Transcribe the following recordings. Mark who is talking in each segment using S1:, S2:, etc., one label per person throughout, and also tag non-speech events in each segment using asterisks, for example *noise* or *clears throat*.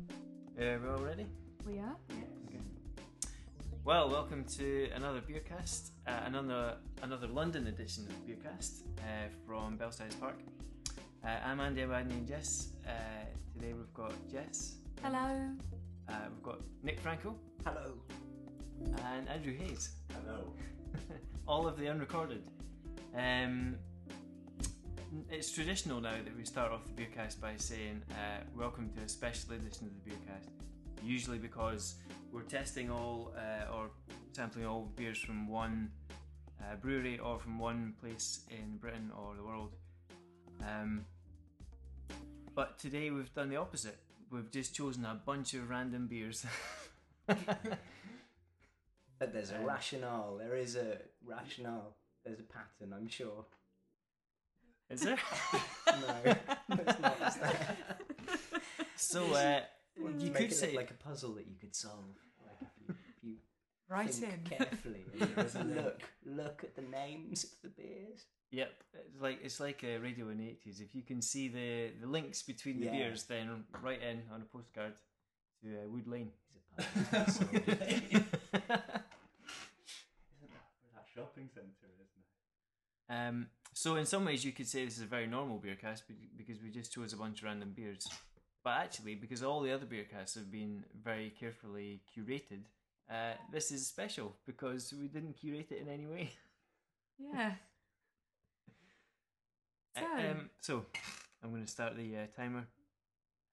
S1: Uh, we're all ready?
S2: We are?
S1: Well, welcome to another Beercast, uh, another another London edition of Beercast uh, from Belsize Park. Uh, I'm Andy, I'm Adney and Jess. Uh, today we've got Jess,
S2: Hello.
S1: uh, we've got Nick Franco,
S3: Hello.
S1: and Andrew Hayes.
S3: Hello.
S1: *laughs* all of the unrecorded. Um, it's traditional now that we start off the Beercast by saying uh, welcome to a special edition of the Beercast, usually because we're testing all uh, or sampling all beers from one uh, brewery or from one place in Britain or the world. Um, but today we've done the opposite. We've just chosen a bunch of random
S3: *laughs*
S1: beers.
S3: But there's a
S1: Um,
S3: rationale. There is a rationale. There's a pattern, I'm sure.
S1: Is there?
S3: No, it's not. It's not.
S1: so uh, you
S2: Mm.
S3: Make
S1: could
S3: it
S1: say
S3: look like a puzzle that you could solve. Like if you,
S2: *laughs*
S3: if you
S2: *laughs* Right
S3: think
S2: in. *laughs*
S3: carefully, and just look, look at the names of the beers.
S1: Yep, it's like it's like a radio in the eighties. If you can see the the links between the
S3: Yeah.
S1: beers, then write in on a postcard to uh, Wood Lane.
S3: It's
S2: *laughs*
S3: a puzzle.
S4: That shopping centre, isn't it?
S1: Um, so in some ways, you could say this is a very normal beer cast be- because we just chose a bunch of random beers. But actually, because all the other beer casts have been very carefully curated, uh, this is special because we didn't curate it in any way.
S2: Yeah. So,
S1: Um, so I'm going to start the uh, timer.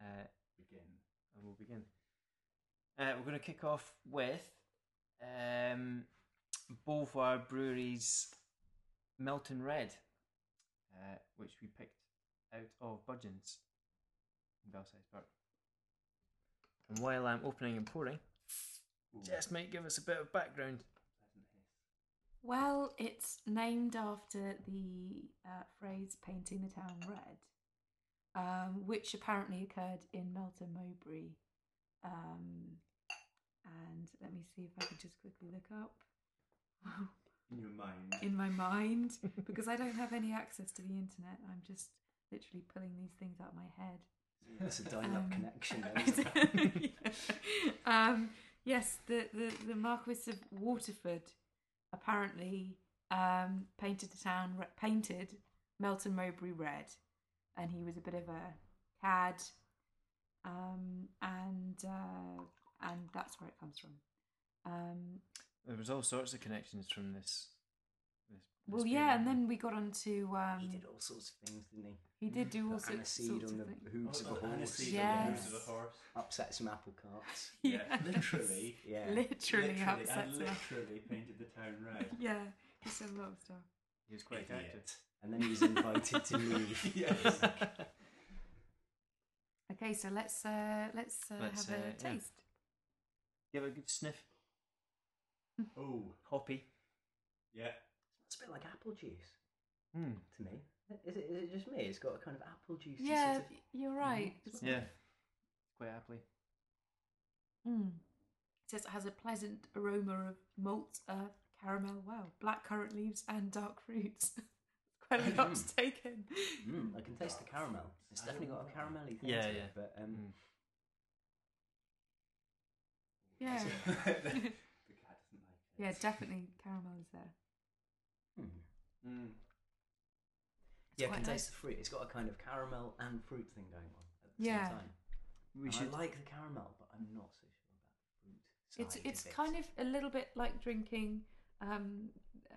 S1: Uh,
S4: Begin.
S1: and we'll begin. Uh, we're going to kick off with um, Beauvoir Brewery's Melton Red, uh, which we picked out of Budgeons in Belsize Park. And while I'm opening and pouring, Jess might give us a bit of background.
S4: Pleasant hiss.
S2: well, it's named after the uh, phrase painting the town red, um, which apparently occurred in Melton Mowbray. Um, and let me see if I can just quickly look up *laughs*
S4: In your mind.
S2: in my mind because I don't have any access to the internet. I'm just literally pulling these things out of my head.
S3: it's a dial-up
S2: Um, *laughs*
S3: connection. though, isn't it?
S2: um, yes, the, the, the Marquis of Waterford apparently um, painted the town, re- painted Melton Mowbray red, and he was a bit of a cad, um, and uh, and that's where it comes from. Um,
S1: There was all sorts of connections from this. this, this
S2: well,
S1: beer.
S2: yeah, and then we got on to um,
S3: He did all sorts of things, didn't he?
S2: he did do all
S3: Put
S2: sorts,
S3: aniseed
S2: sorts
S3: on
S2: of
S3: the *laughs*
S2: things.
S3: hooves of a
S4: Oh,
S3: horse.
S4: Hennessy on the
S2: Yes.
S4: hooves of a horse.
S3: Upset some apple carts.
S4: Yeah,
S2: *laughs* Yes.
S4: literally.
S3: Yeah.
S2: literally,
S4: literally, I
S2: upsets me.
S3: *laughs*
S4: literally painted the town
S2: *laughs*
S4: red.
S2: Yeah, he said a lot of stuff.
S1: he was quite active.
S4: Idiot.
S3: And then he was
S2: *laughs*
S3: invited to leave.
S4: yes.
S2: Okay, so let's uh, let's, uh,
S1: Let's,
S2: have
S1: uh,
S2: a
S1: yeah.
S2: taste.
S1: Give it a good sniff.
S4: Oh, *laughs*
S1: Hoppy.
S4: yeah.
S3: It's a bit like apple juice
S1: Mm.
S3: to me. Is it, is it just me? It's got a kind of apple juice.
S2: Yeah,
S3: Sort of,
S4: Mm-hmm.
S3: Mm.
S2: you're right.
S1: Yeah. Quite aptly.
S2: Mm. It says it has a pleasant aroma of malt, earth, caramel, wow, black currant leaves, and dark fruits. *laughs* Quite a lot
S4: *laughs*
S2: to take in.
S3: Mm, I can taste the caramel. It's definitely got a caramelly thing
S1: Yeah,
S3: to
S1: yeah.
S3: it. But um,
S1: Mm.
S2: *laughs* Yeah,
S4: *laughs* the cat doesn't like it.
S2: yeah, definitely caramel is there.
S3: hmm.
S1: Mm.
S3: yeah, I
S2: quite
S3: can
S2: nice.
S3: taste the fruit. It's got a kind of caramel and fruit thing going on at the
S2: Yeah.
S3: same time.
S1: We
S3: And
S1: should
S3: I like the caramel, but I'm not so sure about
S2: It's
S3: the fruit. side
S2: it's
S3: of it.
S2: kind of a little bit like drinking um,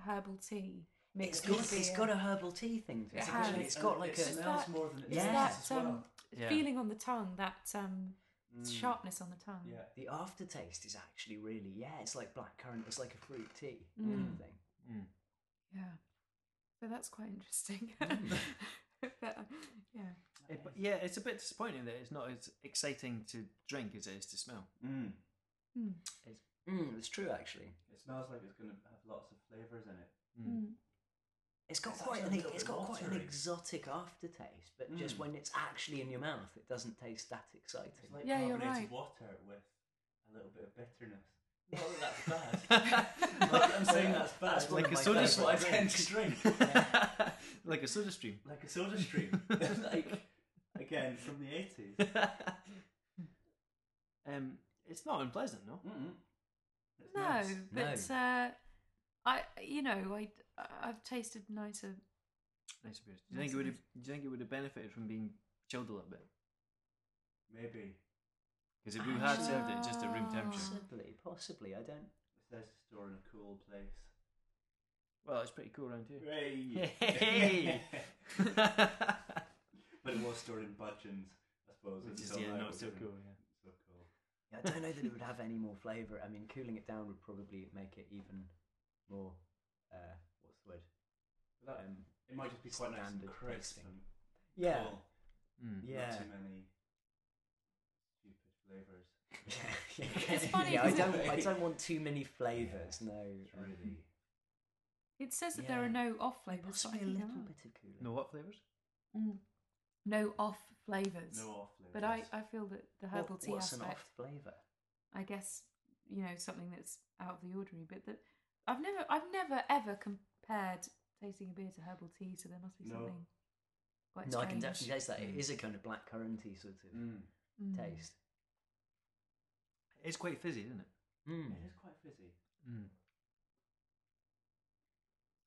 S2: herbal tea
S3: It's
S2: mixed
S3: got
S2: with
S3: it's
S2: beer.
S3: got a herbal tea thing to it.
S2: It
S3: hasn't
S2: has.
S3: It's
S1: Oh,
S3: got like
S4: it
S3: a
S2: It's
S4: smells
S2: that-
S4: more than it
S3: Yeah.
S4: tastes
S2: It's
S4: as
S2: that um,
S4: well.
S1: Yeah.
S2: feeling on the tongue, that um,
S4: Mm.
S2: sharpness on the tongue.
S4: Yeah.
S3: the aftertaste is actually really yeah. It's like blackcurrant. It's like a fruit tea kind
S2: Mm.
S3: of thing.
S1: Mm.
S2: Yeah. So that's quite interesting. *laughs*
S3: Mm.
S2: But, uh, yeah.
S1: It- but yeah, it's a bit disappointing that it's not as exciting to drink as it is to smell.
S4: Mm.
S2: Mm.
S3: Mm, it's true actually.
S4: It smells like it's going to have lots of flavours in it.
S1: Hmm.
S2: Mm.
S3: It's got
S4: It's
S3: quite an
S4: actually a little
S3: it's
S4: bit
S3: got quite an
S4: watery.
S3: exotic aftertaste, but just
S4: Mm.
S3: when it's actually in your mouth, it doesn't taste that exciting.
S4: It's like
S2: Yeah, you're
S4: carbonated
S2: right.
S4: water with a little bit of bitterness. Not that
S1: *laughs*
S4: that's bad. Not that I'm saying that's bad.
S3: That's one
S1: Like
S3: of
S1: a
S3: my
S1: soda
S4: That's
S3: favourite
S4: what I
S1: stream.
S4: tend to drink.
S1: *laughs* like a soda *laughs* stream.
S4: Like a soda *laughs* stream. like, again, from the 80s.
S1: um, Um, it's not unpleasant, no.
S4: Mm-mm.
S2: No,
S4: nice.
S2: but Uh, I, you know, I, I've tasted nicer.
S1: Nice beers. Do you think it would have? Do you think it would have benefited from being chilled a little bit?
S4: Maybe.
S1: Because if we had served it just at room temperature,
S2: Ah.
S3: Possibly, possibly. I don't.
S4: It says to store in a cool place.
S1: well, it's pretty cool *laughs* around here.
S4: Hey!
S1: Hey!
S4: *laughs* but it was stored in budgeons, I suppose.
S1: Which is
S4: until
S1: yeah,
S4: now,
S1: not so
S4: wasn't it?
S1: cool. Yeah.
S4: So cool.
S3: Yeah, I don't know that it would have any more flavour. I mean, cooling it down would probably make it even more. Uh, what's the word?
S4: But that,
S3: Um,
S4: it might just be quite nice and
S3: standard
S4: crisp
S3: tasting.
S4: and
S3: yeah,
S4: cool. Hmm,
S1: Mm.
S3: yeah.
S4: Not too many stupid flavours.
S3: *laughs*
S4: *laughs*
S3: yeah.
S2: It's funny
S3: yeah, I
S2: 'cause
S3: don't.
S4: it-
S3: I don't want too many flavours. No, Mm-hmm.
S4: It's really.
S2: It says that there
S3: Yeah.
S2: are no off flavors.
S3: possibly a little bit of cooling.
S1: No what flavors?
S2: Mm. No off flavors.
S4: No off flavours.
S2: but I, I feel that the
S3: What-
S2: herbal tea
S3: what's an
S2: aspect.
S3: off flavour?
S2: I guess you know something that's out of the ordinary. But that I've never, I've never ever compared tasting a beer to herbal tea. So there must be
S4: No.
S2: something quite
S3: No,
S2: strange.
S3: I can definitely taste that.
S4: Hmm.
S3: It
S1: Mm.
S3: is a kind of black curranty sort of
S4: Mm.
S2: Mm.
S3: taste.
S1: It's quite fizzy, isn't it?
S3: Hmm.
S4: It is quite fizzy.
S1: Mm.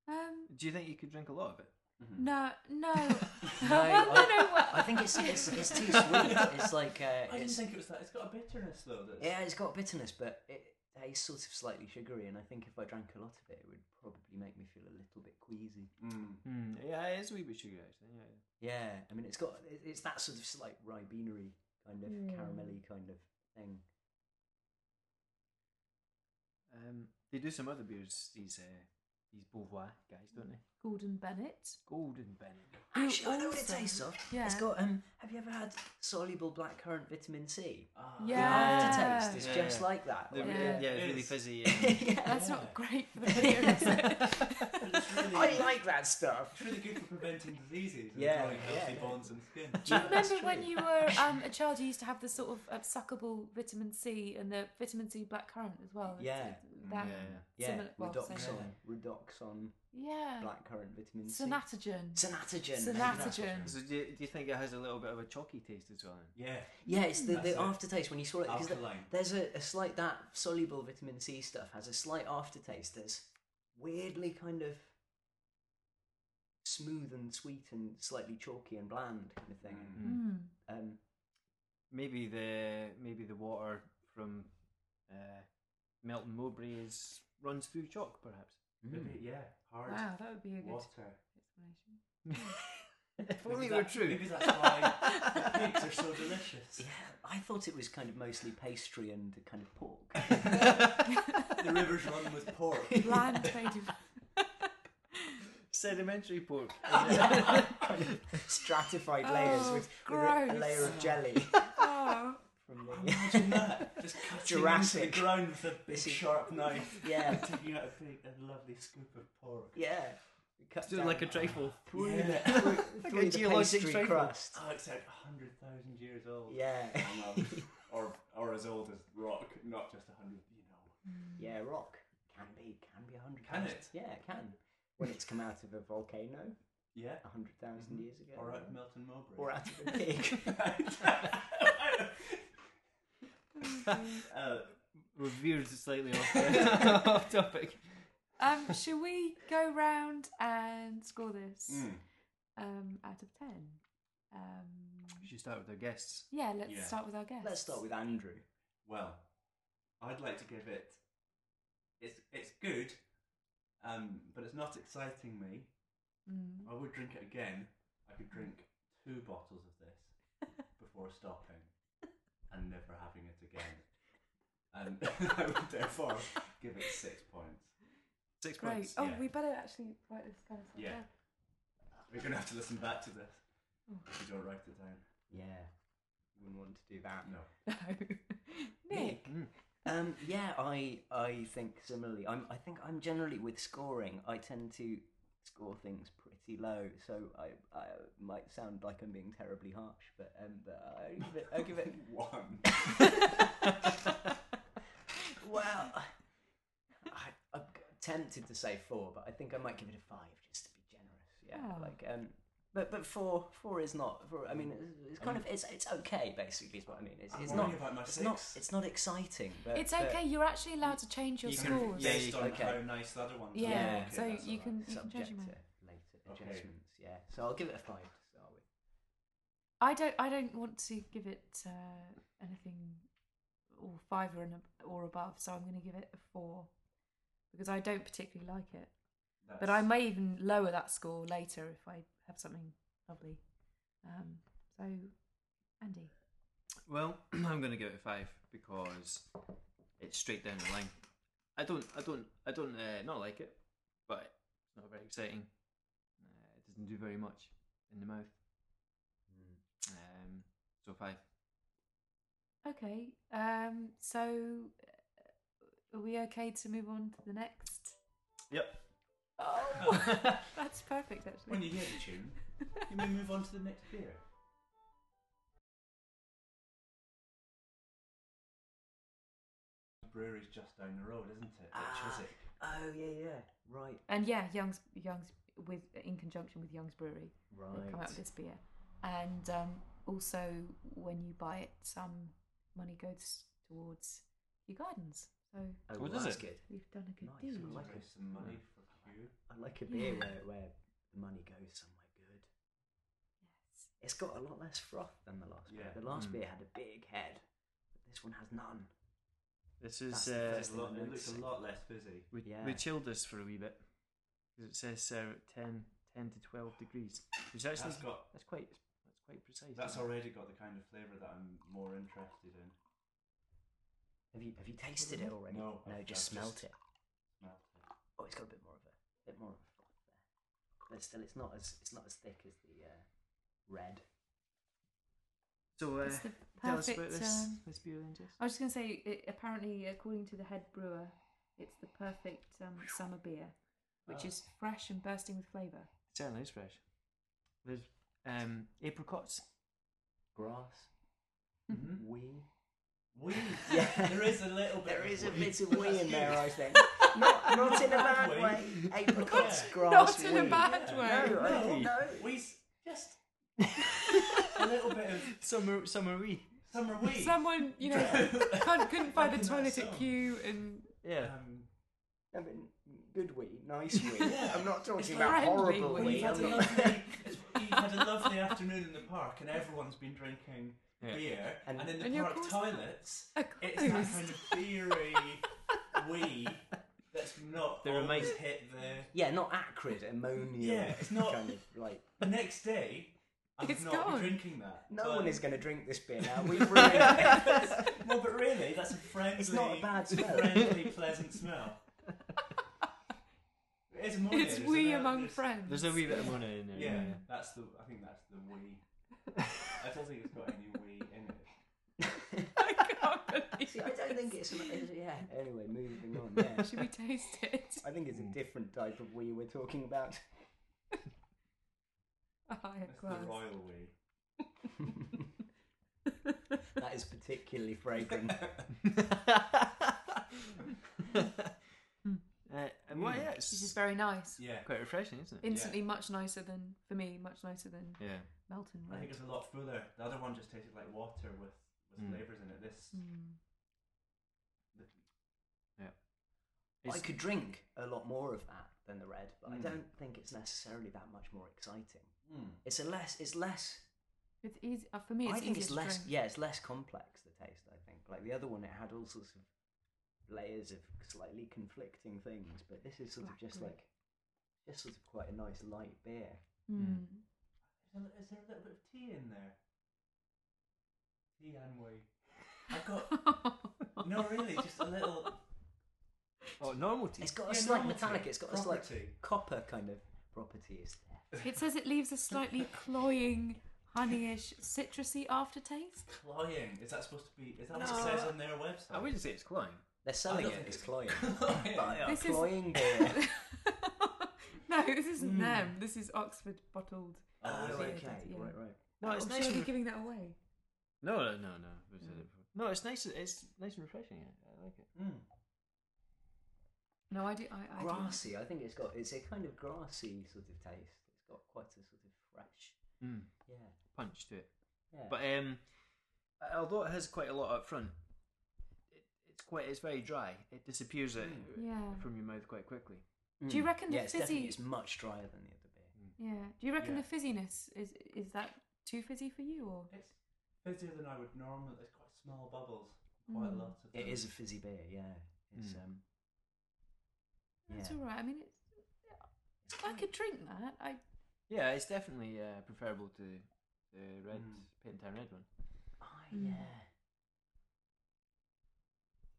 S2: Um,
S1: Do you think you could drink a lot of it?
S3: Mm-hmm.
S2: no, no,
S3: No,
S2: Well, *laughs* no,
S3: *laughs* I,
S2: no, well-
S3: I think it's it's, it's
S4: *laughs*
S3: too sweet. It's like uh,
S4: I didn't
S3: it's,
S4: think it was that. It's got a bitterness though. That's,
S3: yeah, it's got bitterness, but it tastes sort of slightly sugary. And I think if I drank a lot of it, it would probably make me feel a little bit queasy.
S4: Mm.
S1: Mm. Yeah, it is a wee bit sugary actually. Yeah.
S3: Yeah, I mean, it's got it- it's that sort of slight ribenery kind of
S2: Mm.
S3: caramelly kind of thing.
S1: Um, they do some other beers. These uh, these Beauvoir guys, don't they?
S2: Gordon Bennett.
S1: Golden Bennett.
S2: who
S3: Actually, I know what it
S2: also-
S3: tastes of.
S2: Yeah.
S3: It's got um. Have you ever had soluble blackcurrant vitamin C?
S4: Ah,
S3: The
S2: Yeah.
S3: aftertaste is
S1: Yeah.
S3: just like that.
S1: They're
S3: *laughs* Like-
S1: really-
S2: Yeah.
S1: yeah, it's
S4: It
S1: really *laughs*
S4: is.
S1: fizzy. and-
S3: yeah.
S2: That's
S4: Yeah.
S2: not great
S3: *laughs*
S2: for the video, is it?
S4: It's really,
S3: I like that stuff.
S4: it's really good for preventing diseases and
S3: Yeah,
S4: growing healthy
S3: yeah.
S4: bones and
S3: *laughs*
S4: skin.
S2: Do you
S3: That's
S2: remember when
S3: true.
S2: you were um, a child? You used to have the sort of uh, suckable vitamin C and the vitamin C blackcurrant as well. It's-
S3: Yeah.
S2: it's That
S1: Yeah.
S3: Yeah,
S2: similar. Well, same.
S3: redoxon, redoxon,
S2: Yeah.
S3: blackcurrant vitamin C,
S2: Synatogen.
S3: Synatogen. maybe that's what-
S2: Synatogen.
S1: So do you, do you think it has a little bit of a chalky taste as well? then?
S4: Yeah,
S3: Yeah, it's the,
S4: That's it.
S3: the aftertaste when you swallow it. Because
S4: Alkaline.
S3: there's a, a slight that soluble vitamin C stuff has a slight aftertaste. There's weirdly kind of smooth and sweet and slightly chalky and bland kind of thing.
S2: Mm.
S3: Um,
S1: Maybe the maybe the water from uh, Melton Mowbray is runs through chalk, perhaps.
S3: Mm.
S4: maybe, yeah, hard
S2: Wow, that would be a good
S4: water.
S2: explanation.
S1: *laughs* if
S4: Maybe
S1: only it were
S4: that-
S1: true.
S4: Maybe that's why cakes are so delicious.
S3: yeah, I thought it was kind of mostly pastry and kind of pork. *laughs*
S4: The rivers run with pork.
S2: Bland made
S3: *laughs*
S2: of.
S1: Sedimentary pork.
S3: kind of stratified layers
S2: Oh,
S3: with, with a, a
S2: gross.
S3: layer of jelly
S2: *laughs* *laughs* Oh.
S3: *laughs* *laughs* from the.
S4: Imagine that. Just cutting
S3: Jurassic.
S4: into the ground with a big
S3: This is-
S4: sharp knife.
S3: Yeah.
S4: and Taking out a big, a lovely scoop of pork.
S3: Yeah. Cut
S1: Doing
S3: down
S1: like a trifle.
S3: through
S4: Yeah. *laughs*
S3: the, through,
S1: a
S3: through the
S1: geologic
S3: pastry
S1: trifle.
S3: crust.
S4: Oh, it's like 100,000 years old.
S3: Yeah.
S4: I
S3: *laughs*
S4: love- or, or as old as rock, not just 100, you know.
S3: Yeah, rock. Can be. Can be 100.
S4: Can it?
S3: Yeah, it can. When it's come out of a volcano
S4: Yeah.
S3: 100,000
S4: Mhm.
S3: years ago.
S4: Or at Milton Mowbray.
S3: Or out of a pig.
S4: *laughs*
S2: Hmm.
S4: uh,
S1: We've veered *laughs* slightly off, off topic.
S2: Um, shall we go round and score this
S4: mm,
S2: um, out of 10? Um,
S1: We should start with our guests.
S2: yeah, let's
S4: Yeah.
S2: start with our guests.
S3: Let's start with Andrew.
S4: well, I'd like to give it. It's it's good, um, but it's not exciting me.
S2: Mm.
S4: I would drink it again. I could drink two bottles of this
S2: *laughs*
S4: before stopping and never having it again. And *laughs* *laughs* I would therefore give it six points.
S1: Six
S2: Great.
S1: points.
S2: Oh,
S4: yeah.
S2: we better actually write this down.
S4: Yeah.
S2: somewhere.
S4: We're gonna have to listen back to this if you don't write it down.
S3: *laughs* Yeah. Wouldn't want to do that.
S4: No.
S2: No. *laughs* Nick.
S1: Hmm.
S3: Um, yeah, I I think similarly. I'm I think I'm generally with scoring. I tend to score things pretty low, so I I might sound like I'm being terribly harsh, but um, but I give it, I give it
S4: one.
S3: well. I, I'm tempted to say four, but I think I might give it a five just to be generous. Yeah,
S2: Oh.
S3: like um, But but four four is not. Four, I mean, it's, it's kind of it's it's okay basically. Is what I mean. It's,
S4: I'm
S3: it's not.
S4: worrying about my
S3: It's not.
S4: six.
S3: It's not exciting.
S2: *laughs*
S3: But,
S2: It's
S3: but-
S2: okay. You're actually allowed to change your
S1: You can-
S2: scores.
S1: yeah,
S4: Based
S1: you-
S4: on
S3: okay.
S4: how nice the other ones
S2: Yeah,
S4: are.
S3: Yeah,
S4: Okay,
S2: so
S4: that's
S2: you
S4: alright.
S2: can you can
S3: subject
S2: change your
S3: to
S2: mind.
S3: later
S4: Okay.
S3: adjustments. Yeah. So I'll give it a five to start with.
S2: I don't I don't want to give it uh, anything or five or an, or above, so I'm going to give it a four because I don't particularly like it. But I
S4: That's-
S2: may even lower that score later if I have something lovely. Um, so, Andy,
S1: Well, *clears throat* I'm going to give it a five because it's straight down the line. I don't, I don't, I don't uh, not like it, but it's not very exciting. Uh, it doesn't do very much in the mouth.
S3: Hmm.
S1: Um, so five.
S2: okay. Um, so, uh, are we okay to move on to the next?
S1: Yep.
S2: Oh,
S4: *laughs*
S2: *laughs* that's perfect actually.
S4: When you hear the tune, you may move on to the next beer. Brewery's just down the road, isn't it? At
S3: Ah.
S4: Chiswick.
S3: Oh yeah, yeah. Right.
S2: and yeah, Young's Young's with in conjunction with Young's Brewery. that come out
S3: Right.
S2: of this beer. And um, also, when you buy it, some money goes towards your gardens. So
S3: Oh,
S1: What
S3: well,
S1: is
S3: that's
S1: it?
S3: good.
S2: we've done a good
S3: Nice,
S2: deed.
S3: I like
S4: Raise some money for Q.
S3: I like a
S2: Yeah.
S3: beer where, where the money goes somewhere good.
S2: Yes.
S3: It's got a lot less froth than the last
S4: Yeah.
S3: beer. The last
S1: Mm.
S3: beer had a big head, but this one has none.
S1: This is
S3: That's the
S1: uh,
S3: first
S4: It's a lot- It looks a
S3: noticing.
S4: lot less busy.
S1: we,
S3: Yeah.
S1: we chilled this for a wee bit 'Cause it says Sarah at 10, 10 to twelve degrees, which actually
S4: That's got.
S1: that's quite that's quite precise.
S4: That's
S1: isn't it?
S4: already got the kind of flavour that I'm more interested in.
S3: Have you have you tasted it already?
S4: No, I've-
S3: just
S4: I've
S3: smelt
S4: just-
S3: it.
S4: Smelt it.
S3: Oh, it's got a bit more of a bit more of a froth there, but still, it's not as it's not as thick as the uh, red.
S1: So uh,
S2: It's the
S1: tell us about
S2: perfect,
S1: this
S2: um,
S1: this beer then, Jess.
S2: I was just going to say, it, apparently, according to the head brewer, it's the perfect um, summer beer, which
S4: Ah.
S2: is fresh and bursting with flavour.
S1: It certainly is fresh. There's um, apricots.
S3: Grass,
S4: Mhm.
S3: wee.
S4: *laughs* Wee.
S3: Yeah.
S4: There is a little bit.
S3: There
S4: of
S3: is a
S4: wee.
S3: bit of *laughs* wee in there, I
S4: That's
S3: think. Not, not in a bad
S4: Wee.
S3: way. Apricots,
S4: Yeah.
S3: grass,
S2: Not in a
S3: wee.
S2: bad
S1: way.
S3: No, I-
S1: No.
S3: no.
S4: good. Wee's just *laughs* a little bit of
S1: Summer, summer wee.
S4: summer *laughs* wee.
S2: Someone, you know,
S4: *laughs*
S2: can't, couldn't find the toilet at Kew and
S1: Yeah.
S4: Um,
S3: I mean, good wee, nice wee.
S4: *laughs* Yeah.
S3: I'm not
S4: It's
S3: talking
S4: like
S3: about
S2: friendly
S3: horrible
S2: wee. Well,
S4: Well,
S3: wee.
S4: you've, had
S3: I'm
S4: a
S3: *laughs* not...
S4: lovely, it's- you've had a lovely afternoon in the park, and everyone's been drinking
S1: Yeah.
S4: beer,
S3: And-
S4: and, in the
S2: And your
S4: park
S2: course-
S4: toilets,
S2: a
S4: it's that
S2: ghost. *laughs*
S3: *laughs*
S4: kind of beery wee that's not
S1: They
S4: always
S1: remind-
S4: hit the.
S3: Yeah, not acrid, ammonia.
S4: Yeah, it's not-
S3: kind of like.
S4: The next day,
S3: *laughs*
S4: I'm
S2: It's
S4: not be
S2: gone.
S4: drinking that.
S3: No
S4: but-
S3: one
S4: *laughs*
S3: is going to drink this beer now. We've ruined it.
S4: No, but really, that's a friendly,
S3: It's not a
S4: *laughs*
S3: bad smell.
S4: friendly, pleasant smell. It is ammonia,
S2: It's
S4: isn't
S2: we
S4: it?
S2: among
S4: There's-
S2: friends.
S1: There's a wee bit of mono in there.
S4: Yeah, that's the. I think that's the wee. I don't think it's got any wee in it.
S2: *laughs* I can't believe
S3: See, I don't think it's. it's- Yeah. Anyway, moving on.
S4: *laughs*
S3: Yeah.
S2: *laughs* Should we taste it? *laughs*
S3: I think it's a different type of wee we're talking about. *laughs*
S2: A higher
S4: That's
S2: class.
S4: the royal wee.
S2: *laughs*
S3: That is particularly
S4: *laughs*
S3: fragrant. *laughs*
S1: Uh, and well, yeah, it's
S2: Which is very nice.
S4: Yeah,
S1: quite refreshing, isn't it?
S2: Instantly much nicer than, for me, much nicer than
S1: Yeah.
S2: Melton.
S4: I think
S2: Red.
S4: it's a lot fuller. The other one just tasted like water with, with
S1: Mm.
S4: flavours in it. This,
S2: Mm.
S3: I
S1: It's-
S3: could drink a lot more of that than the red, but I
S4: Mm.
S3: don't think it's necessarily that much more exciting.
S4: mm.
S3: It's a less. It's less.
S2: It's easy, uh, for me, it's
S3: I think
S2: easier
S3: it's
S2: to
S3: less.
S2: drink.
S3: Yeah, it's less complex. The taste, I think. Like the other one, it had all sorts of layers of slightly conflicting things, but this is sort of just
S2: Blackberry.
S3: like just sort of quite a nice light beer.
S2: Mm.
S4: Is there- Is there a little bit of tea in there? Tea and wee. I've got no, really, just a little.
S1: Oh, normal tea.
S3: It's got a
S4: Yeah,
S3: slight
S4: normal
S3: metallic.
S4: tea.
S3: It's got a slight
S4: Property.
S3: copper kind of property. Is there?
S2: *laughs* It says it leaves a slightly cloying, honeyish, citrusy aftertaste. *laughs*
S4: Cloying. Is that supposed to be? Is that what
S1: No.
S4: it says on their website?
S1: I wouldn't say it's cloying.
S3: They're selling
S4: don't
S3: it.
S4: think
S3: It's
S4: it's-
S3: cloying.
S4: *laughs* Cloying.
S3: Buy a
S2: This is- *laughs*
S3: cloying beer.
S2: no, this isn't
S4: Mm.
S2: them. This is Oxford bottled. Oh,
S3: oh,
S4: Oh,
S3: okay.
S2: yeah, yeah.
S3: Right, right.
S1: No,
S3: Oh,
S1: it's
S2: I'm
S1: nice.
S2: sure
S1: And
S2: you're giving that away.
S1: No, no, no, no. We've said it before. No, it's nice. It's nice and refreshing. I, I like it.
S3: Hmm,
S4: Mm.
S2: No, I do. I, I do.
S3: grassy. I think it's got it's a kind of grassy sort of taste. It's got quite a sort of fresh.
S1: Mm,
S3: Yeah.
S1: punch to it.
S3: Yeah.
S1: But um, although it has quite a lot up front, it, it's quite it's very dry. It disappears uh, it,
S3: Hmm.
S2: Yeah.
S1: from your mouth quite quickly.
S2: Do you
S3: Mm.
S2: reckon the
S3: yeah, it's definitely-
S2: fizzy-
S3: It's much drier than the other beer.
S2: Yeah. Do you reckon
S4: Yeah.
S2: the fizziness is is that too fizzy for you or?
S4: It's fizzier than I would normally. It's quite small bubbles, quite
S2: Mm.
S4: a lot. Of
S3: It
S4: them.
S3: is a fizzy beer. Yeah. It's
S1: Um, Mm.
S3: um.
S2: It's
S3: Yeah.
S2: all right. I mean, it's. I could drink that. I
S1: Yeah, it's definitely uh, preferable to the red
S4: Mm.
S1: paint town red one.
S3: I
S2: Mm.
S3: yeah.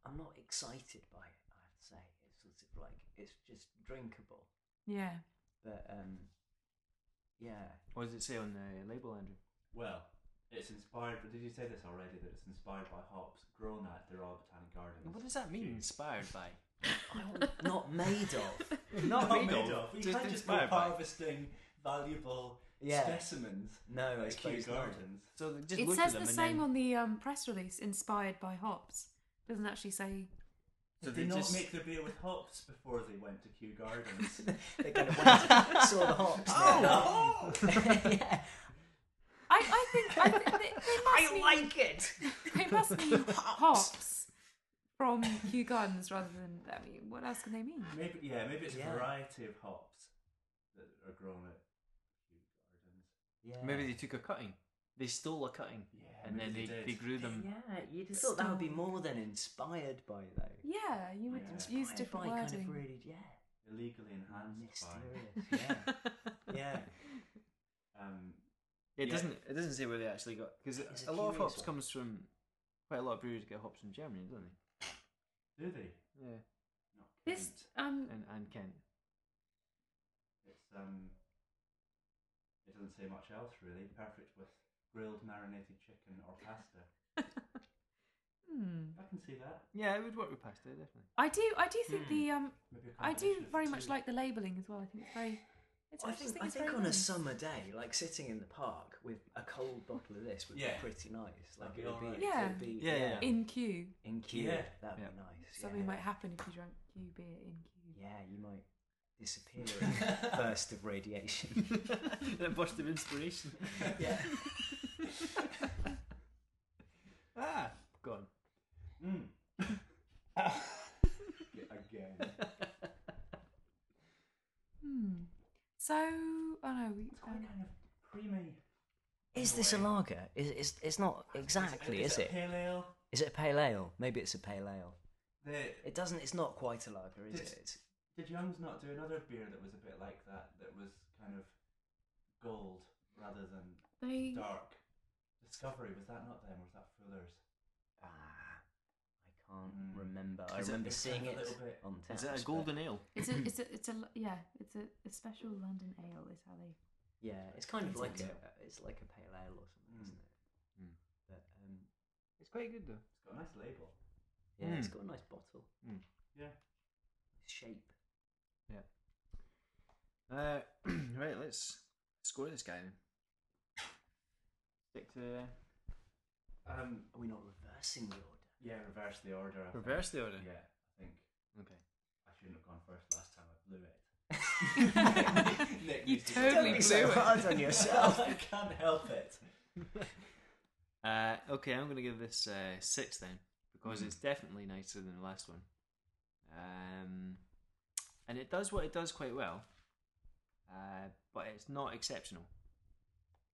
S3: I'm not excited by it. I have to say it's sort of like it's just drinkable,
S2: yeah.
S3: but um, yeah.
S1: What does it say on the label, Andrew?
S4: Well, it's inspired. But did you say this already? That it's inspired by hops grown at the Royal Botanic Gardens.
S1: What does that mean? Inspired by?
S3: *laughs* not made
S2: *laughs*
S3: of.
S4: Not,
S1: Not
S4: made,
S1: made
S4: of.
S1: of,
S4: You
S1: just
S4: can't just be
S1: inspired by.
S4: harvesting valuable
S3: Yeah.
S4: specimens
S3: No, I
S4: at Kew
S3: suppose not.
S4: Gardens.
S1: So they just
S2: it
S1: look
S2: says
S1: at them
S2: the
S1: and
S2: same
S1: then,
S2: on the um, press release. Inspired by hops. Doesn't actually say.
S1: So
S4: Did they
S1: they
S4: not
S1: just-
S4: make their beer with hops before they went to Kew
S3: *laughs*
S4: Gardens.
S3: They kind of went, saw
S2: *laughs*
S3: the hops.
S4: oh,
S3: *laughs* yeah.
S2: I, I think *laughs* I, th- they, they must
S3: I
S2: mean,
S3: like it.
S2: they must mean hops from Kew Gardens rather than I mean what else can they mean?
S4: maybe yeah, maybe it's
S3: Yeah.
S4: a variety of hops that are grown at Kew Gardens.
S3: Yeah.
S1: Maybe they took a cutting. They stole a
S4: *laughs*
S1: cutting
S4: Yeah,
S1: and then they,
S4: maybe they did.
S1: they grew them.
S3: Yeah, you'd have thought that would be more than inspired by though.
S2: Yeah, you would
S4: Yeah.
S2: use
S3: Inspired
S2: different
S3: by
S2: wording.
S3: Kind of really, yeah.
S4: Illegally enhanced by.
S3: Mysterious. Yeah.
S1: *laughs*
S3: yeah.
S4: Um,
S1: It
S4: Yeah.
S1: doesn't. It doesn't say where they actually got because
S3: It's
S1: a
S3: a
S1: lot of
S3: curious
S1: hops
S3: one.
S1: comes from quite a lot of breweries get hops from Germany, don't they?
S4: do they?
S1: Yeah,
S4: Not
S2: *laughs* This
S4: Kent.
S2: um
S1: and and Kent.
S4: It's um, it doesn't say much else really. Perfect with grilled marinated chicken or pasta.
S2: hmm.
S4: I can see that.
S1: Yeah, it would work with pasta definitely.
S2: I do I do think
S3: Hmm.
S2: the um
S4: Maybe a
S2: I do
S4: combination of
S2: very
S4: the
S2: much
S4: two.
S2: like the labelling as well. I think it's very it's,
S3: I
S2: just
S3: think, I
S2: it's
S3: think
S2: very
S3: on a
S2: nice.
S3: summer day, like sitting in the park with a cold bottle of this would
S4: Yeah.
S3: be pretty nice. Like
S4: That'd be
S3: it would be,
S4: alright.
S3: it
S2: Yeah.
S3: would be
S1: Yeah, yeah.
S2: in Kew.
S3: in queue.
S4: Yeah.
S3: That'd
S1: Yeah.
S3: be nice.
S2: Something
S3: yeah.
S2: might happen if you drank Kew beer in Kew.
S3: Yeah, you might disappear in a burst of radiation.
S1: a burst of *laughs* inspiration.
S3: yeah.
S1: Ah, gone.
S4: Mm. *laughs* Again.
S2: Hmm. So oh no, we,
S4: It's quite kind of creamy.
S3: Is
S4: in a
S3: this a
S4: way.
S3: lager? Is it's it's not exactly,
S4: It's-
S3: is
S4: it's
S3: it?
S4: a Pale ale.
S3: Is it a pale ale? Maybe it's a pale ale.
S4: The,
S3: It doesn't. It's not quite a lager, is
S4: It's-
S3: it? It's,
S4: did Young's not do another beer that was a bit like that? That was kind of gold rather than
S2: they
S4: dark. Discovery was that not them? Or was that Fuller's?
S3: ah, I can't
S4: Mm.
S3: remember. I
S1: Is it-
S3: remember
S4: it's
S3: seeing
S4: kind of
S3: it
S4: a little bit-
S3: on tap.
S1: Is it a golden ale?
S2: It's a, it's a, it's a, yeah, it's a, a special London ale is how they.
S3: Yeah, it's kind of
S2: It's
S3: like
S2: like
S3: a, it's like a pale ale or something,
S2: Hmm.
S1: Mm.
S3: isn't it?
S4: Mm.
S3: But um,
S1: It's quite good though.
S4: It's got a nice label.
S3: yeah,
S2: Hmm.
S3: it's
S1: Mm.
S3: got a nice bottle
S4: Yeah.
S3: shape.
S1: Uh, *clears throat* right, let's score this guy then. Stick to
S4: Um.
S3: Are we not reversing the
S2: *laughs*
S3: order?
S4: Yeah. Reverse the order. I think.
S1: *laughs* reverse the order.
S4: Yeah. I think
S1: Okay.
S4: I shouldn't have gone first last time. I blew it.
S2: You
S4: needs to-
S2: totally
S3: *laughs* Don't be so
S2: blew it.
S3: hard on yourself.
S2: *laughs*
S4: I can't help it.
S1: Uh, okay, I'm going to give this uh, six then because it's definitely nicer than the last one, um, and it does what it does quite well, uh, but it's not exceptional.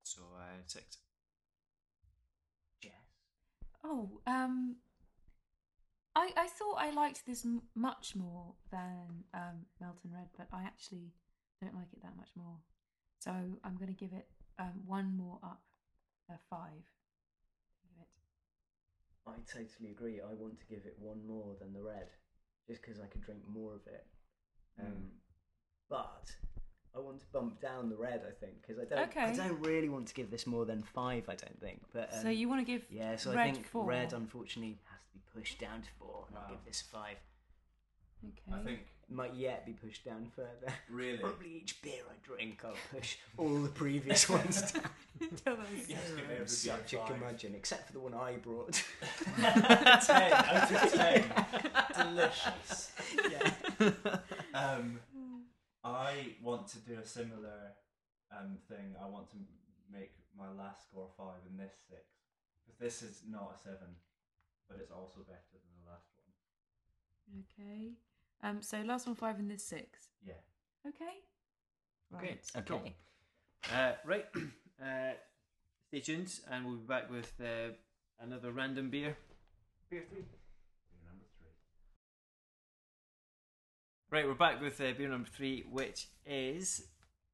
S1: So uh, six.
S3: Jess,
S2: Oh, um, I I thought I liked this m- much more than um, Melton Red, but I actually don't like it that much more. So I'm going to give it um, one more up, a five. Give it.
S3: I totally agree. I want to give it one more than the red, just because I could drink more of it.
S2: Hmm.
S3: Um, But I want to bump down the red. I think because I don't. I
S2: Okay.
S3: don't really want to give this more than five. I don't think. But um,
S2: so you want to give
S3: Yeah, so
S2: red
S3: I think
S2: four?
S3: red unfortunately has to be pushed down to four, and I'll
S4: Wow.
S3: give this a five.
S2: okay.
S1: *laughs*
S3: *laughs*
S4: I think
S3: It might yet be pushed down further.
S4: Really?
S3: Probably each beer I drink, I'll push all the previous ones down.
S2: *laughs* Tell us.
S4: yes, give every
S3: I'm such a
S4: beer five.
S3: curmudgeon, except for the one I brought.
S4: ten out of ten.
S3: *laughs*
S2: *laughs*
S4: Delicious.
S3: yeah.
S4: Um, I want to do a similar um, thing, I want to make my last score five and this six. Because this is not a seven, but it's also better than the last one.
S2: Okay. Um. So last one five and this six.
S4: Yeah.
S2: Okay.
S1: Okay.
S2: Right.
S1: Cool. Uh, right. *clears throat* uh, stay tuned, and we'll be back with uh, another random beer.
S4: Beer three. Beer number three.
S1: Right, we're back with uh, beer number three, which is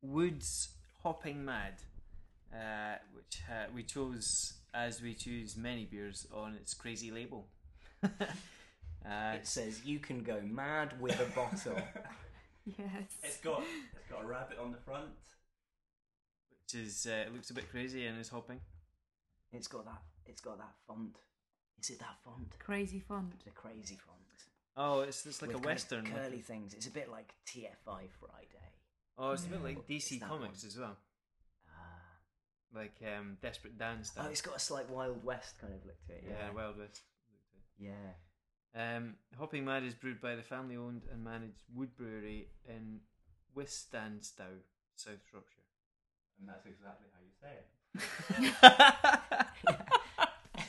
S1: Woods Hopping Mad, uh, which uh, we chose as we choose many beers on its crazy label. *laughs* uh,
S3: It says you can go mad with a bottle. *laughs*
S2: Yes.
S4: It's got it's got a rabbit on the front.
S1: which is uh, it looks a bit crazy and is hopping.
S3: it's got that. It's got that font. Is it that font?
S2: crazy font.
S3: *laughs* It's a crazy font.
S1: Oh, it's it's like
S3: With
S1: a
S3: kind of
S1: western. looking-
S3: curly things. It's a bit like TFI Friday.
S1: Oh, it's a bit
S3: Yeah.
S1: like
S3: Mm. It's
S1: DC
S3: that
S1: Comics
S3: one.
S1: as well,
S3: Ah.
S1: like um, Desperate Dan style.
S3: Oh, it's got a slight Wild West kind of look to it.
S1: yeah,
S3: Yeah.
S1: Wild West.
S3: Yeah.
S1: Um, Hopping Mad is brewed by the family owned and managed Wood Brewery in Wistanstow, South *laughs*
S4: And that's exactly how you say it.
S1: Shropshire.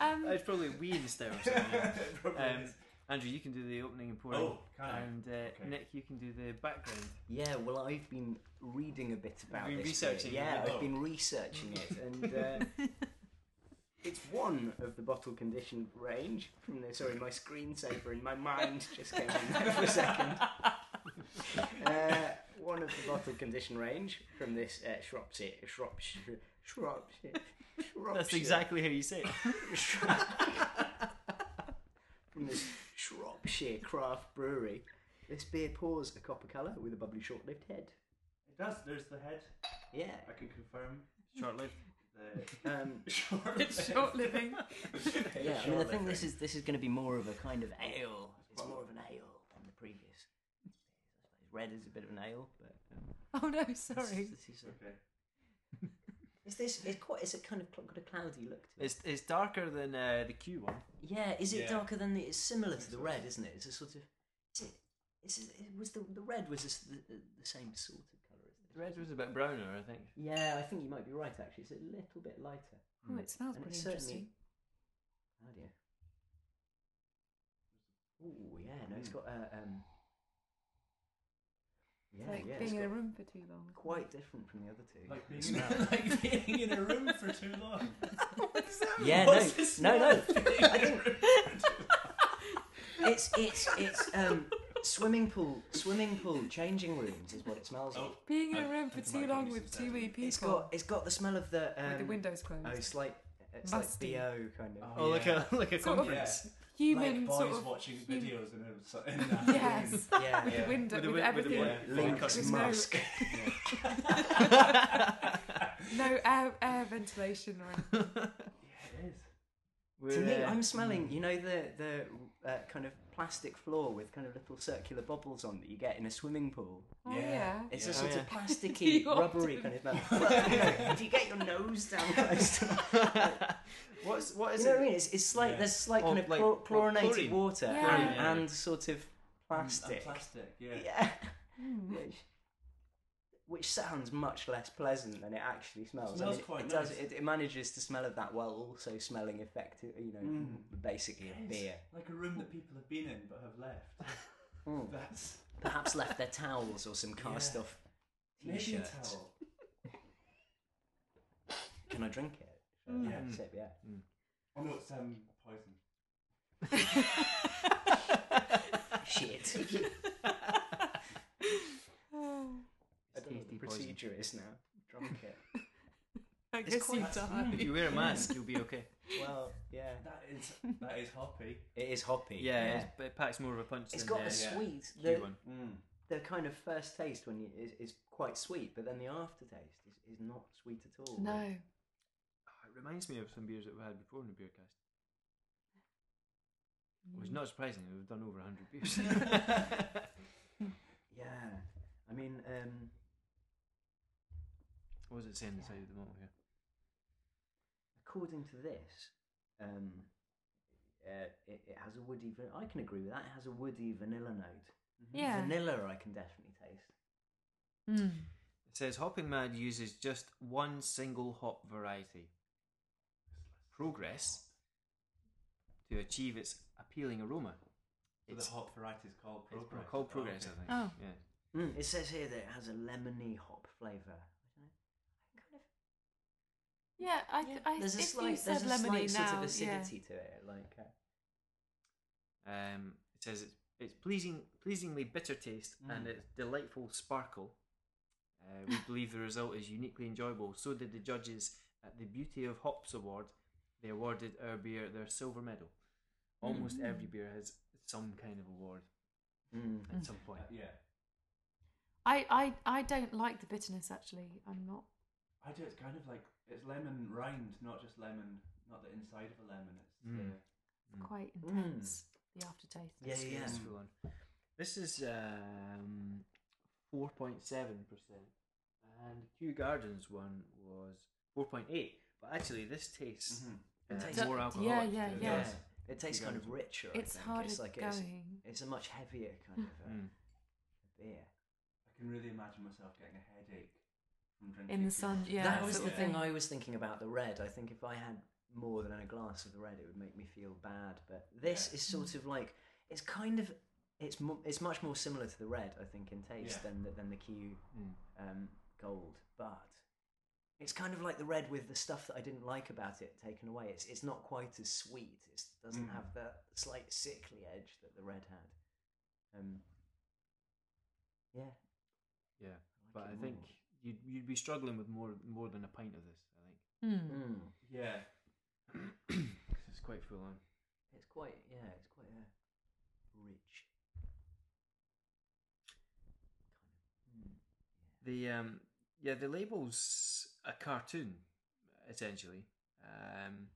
S2: Um.
S1: It's probably Wienstow or something.
S3: *laughs*
S4: It probably
S1: Um,
S4: is.
S1: Andrew, you can do the opening and pouring.
S4: oh, can I?
S1: and uh,
S4: Okay.
S1: Nick, you can do the background.
S3: Yeah, well, I've been reading a bit about
S1: been
S3: this.
S1: researching it,
S3: beer. Yeah,
S1: have you?
S3: I've been
S1: *laughs*
S3: researching it, and uh,
S2: *laughs*
S3: it's one of the bottle conditioned range. From the, sorry, my screensaver in my mind just came on there *laughs* for
S1: *laughs*
S3: a second. Uh, one of the bottle conditioned range from this uh, Shropshire, Shropshire, Shropshire, Shropshire.
S1: That's exactly how you say it.
S3: *laughs* from this Shropshire craft brewery. This beer pours a copper colour with a bubbly short-lived head.
S4: It does. There's the head. *laughs*
S3: Yeah.
S4: I can confirm
S1: *laughs* Short lived.
S4: the
S3: Um,
S4: *laughs* short.
S2: It's short living.
S3: *laughs* yeah, I mean, I think this is this is going to be more of a kind of ale. It's more of an ale than the previous. Red is a bit of an ale, but um,
S2: Oh no,
S3: this-
S2: sorry.
S3: This is,
S4: Okay.
S3: *laughs* is this? It's quite. It's a kind of got a cloudy look to it.
S1: It's, it's darker than uh, the Q one.
S3: Yeah, is it
S4: Yeah.
S3: darker than the? It's similar to the red, isn't it? It's a sort of. Is it, is it, it was the the red was this, the, the the same sort of colour as this?
S1: The red was a bit browner, I think.
S3: Yeah, I think you might be right. Actually, it's a little bit lighter,
S2: Oh, it smells
S3: and
S2: pretty
S3: it's
S2: interesting.
S3: certainly. Oh dear. Oh yeah, no, it's
S4: Mm.
S3: got a. Um, yeah,
S2: It's like
S3: yeah, it's
S2: being in a
S3: got-
S2: room for too long.
S3: quite different from the other two. *laughs*
S4: Like being,
S1: smell.
S4: in, like being in a *laughs* room for too long.
S3: yeah, no,
S4: What's
S3: no, no. I think it's it's it's um swimming pool, swimming pool, changing rooms is what it smells like.
S4: Oh,
S2: Being in
S4: I-
S2: a room
S4: I
S2: for
S4: think
S2: too
S4: my
S2: long
S4: voice
S2: with
S4: is
S2: too many people.
S3: It's got it's got the smell of the um,
S2: with the windows closed.
S3: Oh, it's like it's
S2: Musty.
S3: like bo kind of.
S4: Oh,
S1: Oh, look
S4: yeah.
S1: at *laughs* look at
S2: Sort of-
S1: conference.
S2: human
S4: like boys
S2: sort of
S4: watching
S2: hum-
S4: videos in, a, so-
S2: *laughs*
S4: in that room.
S2: Yes.
S3: Yeah,
S2: with
S4: *laughs* yeah.
S2: the window,
S1: With
S2: with,
S1: the wi- with the
S2: everything.
S4: Yeah.
S3: Link's
S2: There's no-
S3: musk.
S1: *laughs*
S2: no air, air ventilation or anything.
S4: Yeah, it is.
S3: To
S1: We're,
S3: me,
S1: uh,
S3: I'm smelling. You know the the uh, kind of plastic floor with kind of little circular bobbles on that you get in a swimming pool.
S2: Oh,
S4: Yeah.
S2: yeah.
S3: It's
S4: Yeah.
S3: a sort
S1: Oh,
S3: of plasticky,
S2: You ought
S3: rubbery
S2: to-
S3: kind of smell. Well, you know, if you get your nose down close, to-
S1: *laughs* What's what
S3: you
S1: is
S3: know what I
S1: it?
S3: mean? It's, it's like
S4: Yeah.
S3: there's slight
S1: Or
S3: kind of
S1: like-
S3: chlor- chlorinated
S1: chlorine.
S3: water
S2: Yeah.
S3: And,
S1: Yeah.
S3: and sort of
S4: And
S3: plastic.
S4: plastic, yeah.
S3: Yeah,
S2: Hmm.
S3: which, which sounds much less pleasant than it actually smells. I
S4: Smells
S3: mean, it-
S4: quite
S3: it does.
S4: nice.
S3: It, it manages to smell of that while also smelling effective. You know,
S4: Mm.
S3: basically a
S4: Yes.
S3: beer.
S4: Like a room that people have been in but have left. That's
S3: Perhaps left *laughs* their towels or some cast
S4: Yeah.
S3: off
S4: maybe a
S3: t-shirts.
S4: towel.
S3: Can I drink it?
S2: Hmm.
S4: Mm.
S3: Yeah,
S1: Mm.
S3: sip, yeah.
S4: Oh no, it's um, poison.
S3: *laughs* *laughs* Shit.
S2: Oh,
S3: I don't know what
S1: Tasty poison.
S3: the procedure is now. Drunk it.
S2: I
S3: It's
S2: guess you
S3: quite-
S2: die.
S1: *laughs* If you wear a mask, you'll be
S2: *laughs*
S1: okay.
S3: *laughs* Well, yeah.
S4: That is that is hoppy.
S3: It is hoppy.
S1: Yeah, it's- but it packs more of a punch
S3: It's
S1: than
S3: got
S1: uh,
S3: a
S1: the
S4: yeah.
S3: sweet.
S1: Q
S3: The,
S1: one.
S4: Mm.
S3: the kind of first taste when you is, is quite sweet, but then the aftertaste is, is not sweet at all.
S2: No.
S1: Oh, It reminds me of some beers that we had before in the beer cast.
S2: Hmm.
S3: Mm.
S1: Which is not surprising, we've done over 100
S4: *laughs*
S1: beers. *laughs*
S3: Yeah. I mean, um,
S1: what does it say on the side of the bottle here?
S3: according to this, um, uh, it, it has a woody. Van- I can agree with that. It has a woody vanilla note.
S2: Yeah.
S3: Vanilla, I can definitely taste.
S2: Mm.
S1: says Hopping Mad uses just one single hop variety, progress, to achieve its appealing aroma.
S4: But the hop variety is called
S1: it's
S4: progress.
S1: called
S4: Oh,
S1: progress,
S4: okay.
S1: I think.
S2: Oh.
S1: Yeah.
S3: Mm, it says here that it has a lemony hop flavour. I don't know. I kind of
S2: Yeah, I,
S3: Yeah,
S2: I
S3: there's a
S2: if you
S3: slight,
S2: said
S3: there's a
S2: lemony
S3: slight
S2: now,
S3: sort of
S2: yeah.
S3: acidity to it, like uh,
S1: Um, it says it's, it's pleasing, pleasingly bitter taste and
S3: Mm.
S1: its delightful sparkle. Uh, we believe the result is uniquely enjoyable. So did the judges at the Beauty of Hops Award. They awarded our beer their silver medal.
S3: Mm.
S1: Almost every beer has some kind of award
S2: Mm.
S1: at
S3: Mm.
S1: some point.
S4: Uh, yeah,
S2: I, I I don't like the bitterness actually. I'm not.
S4: I do. It's kind of like it's lemon rind, not just lemon, not the inside of a lemon. It's uh,
S1: Mm.
S4: the-
S2: It's quite
S3: Mm.
S2: intense. The aftertaste.
S3: Yeah,
S1: It's-
S3: yeah.
S1: it's full on. This is um, 4.7%, and Kew Gardens one was 4.8. But actually, this tastes
S4: Mhm.
S1: uh,
S3: Mm-hmm. It tastes-
S1: more
S2: Yeah,
S1: alcoholic.
S2: yeah,
S1: than it
S2: yeah.
S1: does.
S3: It tastes kind of richer. I
S2: It's
S3: think.
S2: harder
S3: It's like it's,
S2: going.
S3: it's a much heavier kind of uh,
S1: Mm.
S3: beer.
S4: I can really imagine myself getting a headache from drinking
S2: In the
S4: too
S2: sun,
S4: much.
S2: yeah,
S3: that was the
S2: sort of
S3: thing
S2: thing.
S3: I was thinking about the red. I think if I had more than a glass of the red, it would make me feel bad. But this
S4: Yeah.
S3: is sort of like it's kind of it's mo- it's much more similar to the red, I think, in taste
S4: Yeah.
S3: than the, than the Q
S1: Mm.
S3: um, gold, but. It's kind of like the red with the stuff that I didn't like about it taken away. It's it's not quite as sweet. It doesn't
S4: Mm.
S3: have that slight sickly edge that the red had. Um, yeah,
S1: Yeah,
S3: I
S1: but
S3: like it
S1: I
S3: more.
S1: think you'd, you'd be struggling with more more than a pint of this. I think
S2: Mm.
S3: Mm.
S4: Yeah,
S1: 'Cause it's quite full on.
S3: It's quite yeah, it's quite uh, rich.
S1: The um, yeah, the label's a cartoon essentially. Um,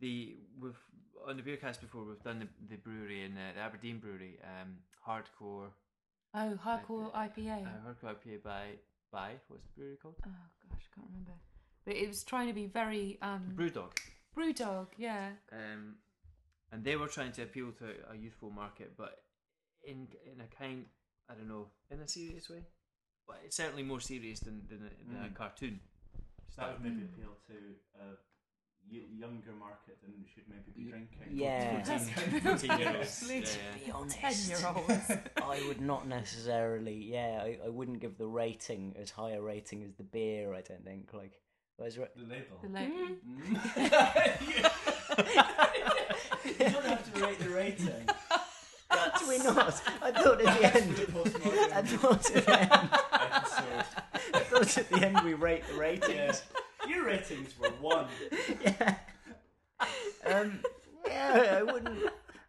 S1: the we've on the beercast before we've done the, the brewery in uh, the Aberdeen brewery, um, hardcore
S2: Oh, hardcore IPA.
S1: uh, hardcore IPA by by what's the brewery called?
S2: oh gosh, I can't remember. But it was trying to be very um,
S1: Brewdog.
S2: brewdog. Yeah.
S1: um, and they were trying to appeal to a youthful market, but in in a kind, I don't know, in a serious way. But it's certainly more serious than than a, than
S4: Mm.
S1: a cartoon.
S4: that would maybe
S2: Mm.
S4: appeal to a y- younger market than you should maybe be
S3: Y-
S4: drinking.
S3: yeah. That's
S1: *laughs*
S2: true.
S1: 14 year olds.
S2: Absolutely.
S1: Yeah, yeah.
S3: Be honest,
S2: Ten-year-olds.
S3: *laughs* I would not necessarily. Yeah, I, I wouldn't give the rating as high a rating as the beer. I don't think. Like, whereas *laughs* re-
S4: The label.
S2: *laughs* The label.
S4: *laughs* Mm. *laughs* you don't have to rate the *laughs* rating.
S3: do we not? I thought
S4: *laughs*
S3: at the end. I thought at the end.
S4: Episode.
S3: I thought at the end we rate the ratings.
S4: Your ratings were one.
S3: Yeah. Um. Yeah, I wouldn't.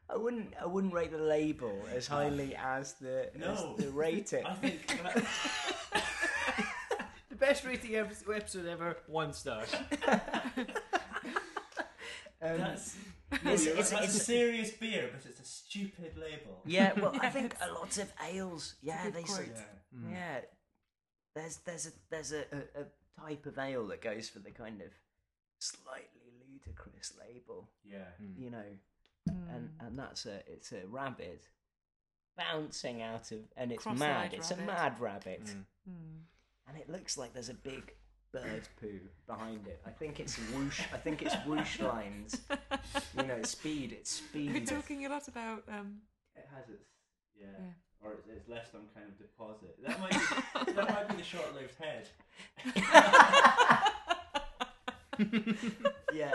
S3: I wouldn't. I wouldn't rate the label as highly as the
S4: No.
S3: as the rating.
S4: *laughs* I think that,
S1: The best rating episode, episode ever, one star.
S3: Um,
S4: that's, no,
S3: It's-
S4: you're right,
S3: it's-
S4: that's a
S3: it's-
S4: serious beer, but it's a stupid label.
S3: Yeah, well, I think a lot of ales. Yeah,
S2: good
S3: they sort
S2: quote.
S4: Yeah.
S1: Mm.
S3: yeah. There's there's a there's a, a, a type of ale that goes for the kind of slightly ludicrous label,
S4: Yeah.
S1: Mm.
S3: you know,
S2: Mm,
S3: and and that's a it's a rabbit bouncing out of and it's mad.
S2: Cross-eyed
S3: It's a
S2: rabbit.
S3: mad rabbit,
S1: Mm.
S3: and it looks like there's a big bird poo behind it. I think it's whoosh. I think it's whoosh lines. You know, speed. It's
S2: We're
S3: speed.
S2: talking a lot about um,
S4: It has its yeah,
S2: Yeah.
S4: or it's, it's left some kind of deposit. That might be, that might be the short-lived *laughs* head.
S3: Yeah,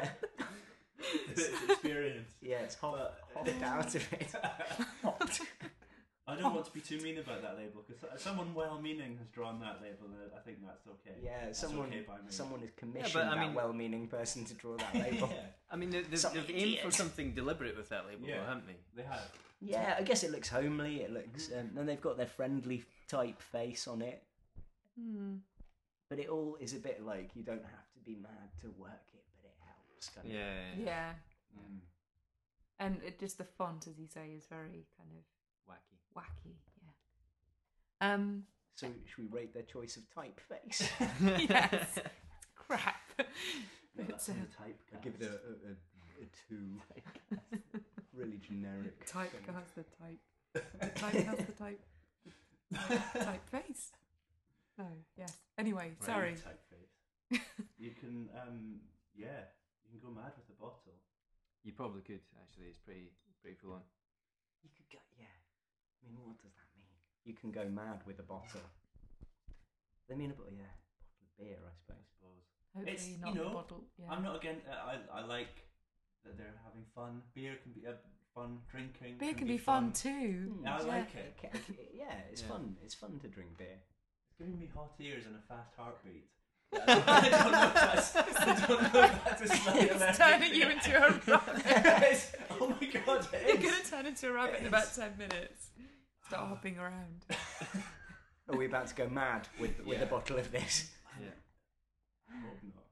S4: It's experience.
S3: yeah. It's hot,
S4: But-
S3: hopped out of it. Hopped.
S4: I
S3: Oh.
S4: don't want to be too mean about that label because someone well-meaning has drawn that label, and I think that's okay.
S3: Yeah,
S4: that's
S3: someone
S4: okay by me.
S3: someone has commissioned
S1: I
S3: that
S1: mean-
S3: well-meaning person to draw that
S4: *laughs* yeah,
S3: label.
S1: I mean, they, they've,
S3: Some
S1: they've aimed for
S3: idiot.
S1: something deliberate with that label,
S4: Yeah.
S1: though, haven't they?
S4: they have.
S3: yeah, I guess it looks homely. It looks, um, and they've got their friendly type face on it.
S2: hmm,
S3: But it all is a bit like you don't have to be mad to work it, but it helps. Kind of.
S1: Yeah.
S2: yeah,
S4: Mm.
S2: and it, just the font, as you say, is very kind of
S1: Wacky.
S2: wacky. Yeah. Um. *laughs*
S3: So should we rate their choice of typeface? *laughs*
S2: Yes. crap. *laughs*
S4: No,
S2: It's
S4: that's in
S2: a-
S4: the type.
S3: a, a, a *laughs* two. really generic.
S2: Type has the type. The type has the type. Type face. So yes. Anyway, sorry.
S4: Typeface. you can, um, yeah, you can go mad with a bottle.
S1: *laughs* You probably could actually. It's pretty pretty full on.
S3: You could go, yeah. I mean, what does that mean? You can go mad with a bottle. They mean a bottle, yeah, bottle of beer, I
S4: I
S3: suppose.
S4: suppose.
S2: *laughs* Hopefully
S4: It's- you
S2: not the
S4: know,
S2: bottle. Yeah.
S4: I'm not against. Uh, I I like that they're having fun. Beer can be uh, fun. Drinking.
S2: Beer can be fun,
S4: It's
S2: too.
S3: Hmm.
S4: Yeah, I
S2: Yeah.
S4: like it.
S3: Okay, okay, Yeah, it's
S1: Yeah.
S3: fun. It's fun to drink beer.
S4: giving me hot ears and a fast heartbeat. *laughs*
S3: *laughs*
S4: *laughs*
S2: *laughs*
S4: I don't know if that's. I don't know if that's a slight
S2: It's turning you into
S4: *laughs*
S2: a rabbit.
S4: It's- oh my god!
S2: You're
S4: It is.
S2: gonna turn into a rabbit in about ten minutes. Start hopping around.
S3: Are we about to
S4: *laughs*
S3: go mad with with
S1: Yeah.
S3: a bottle of this?
S1: Yeah.
S4: Hope not.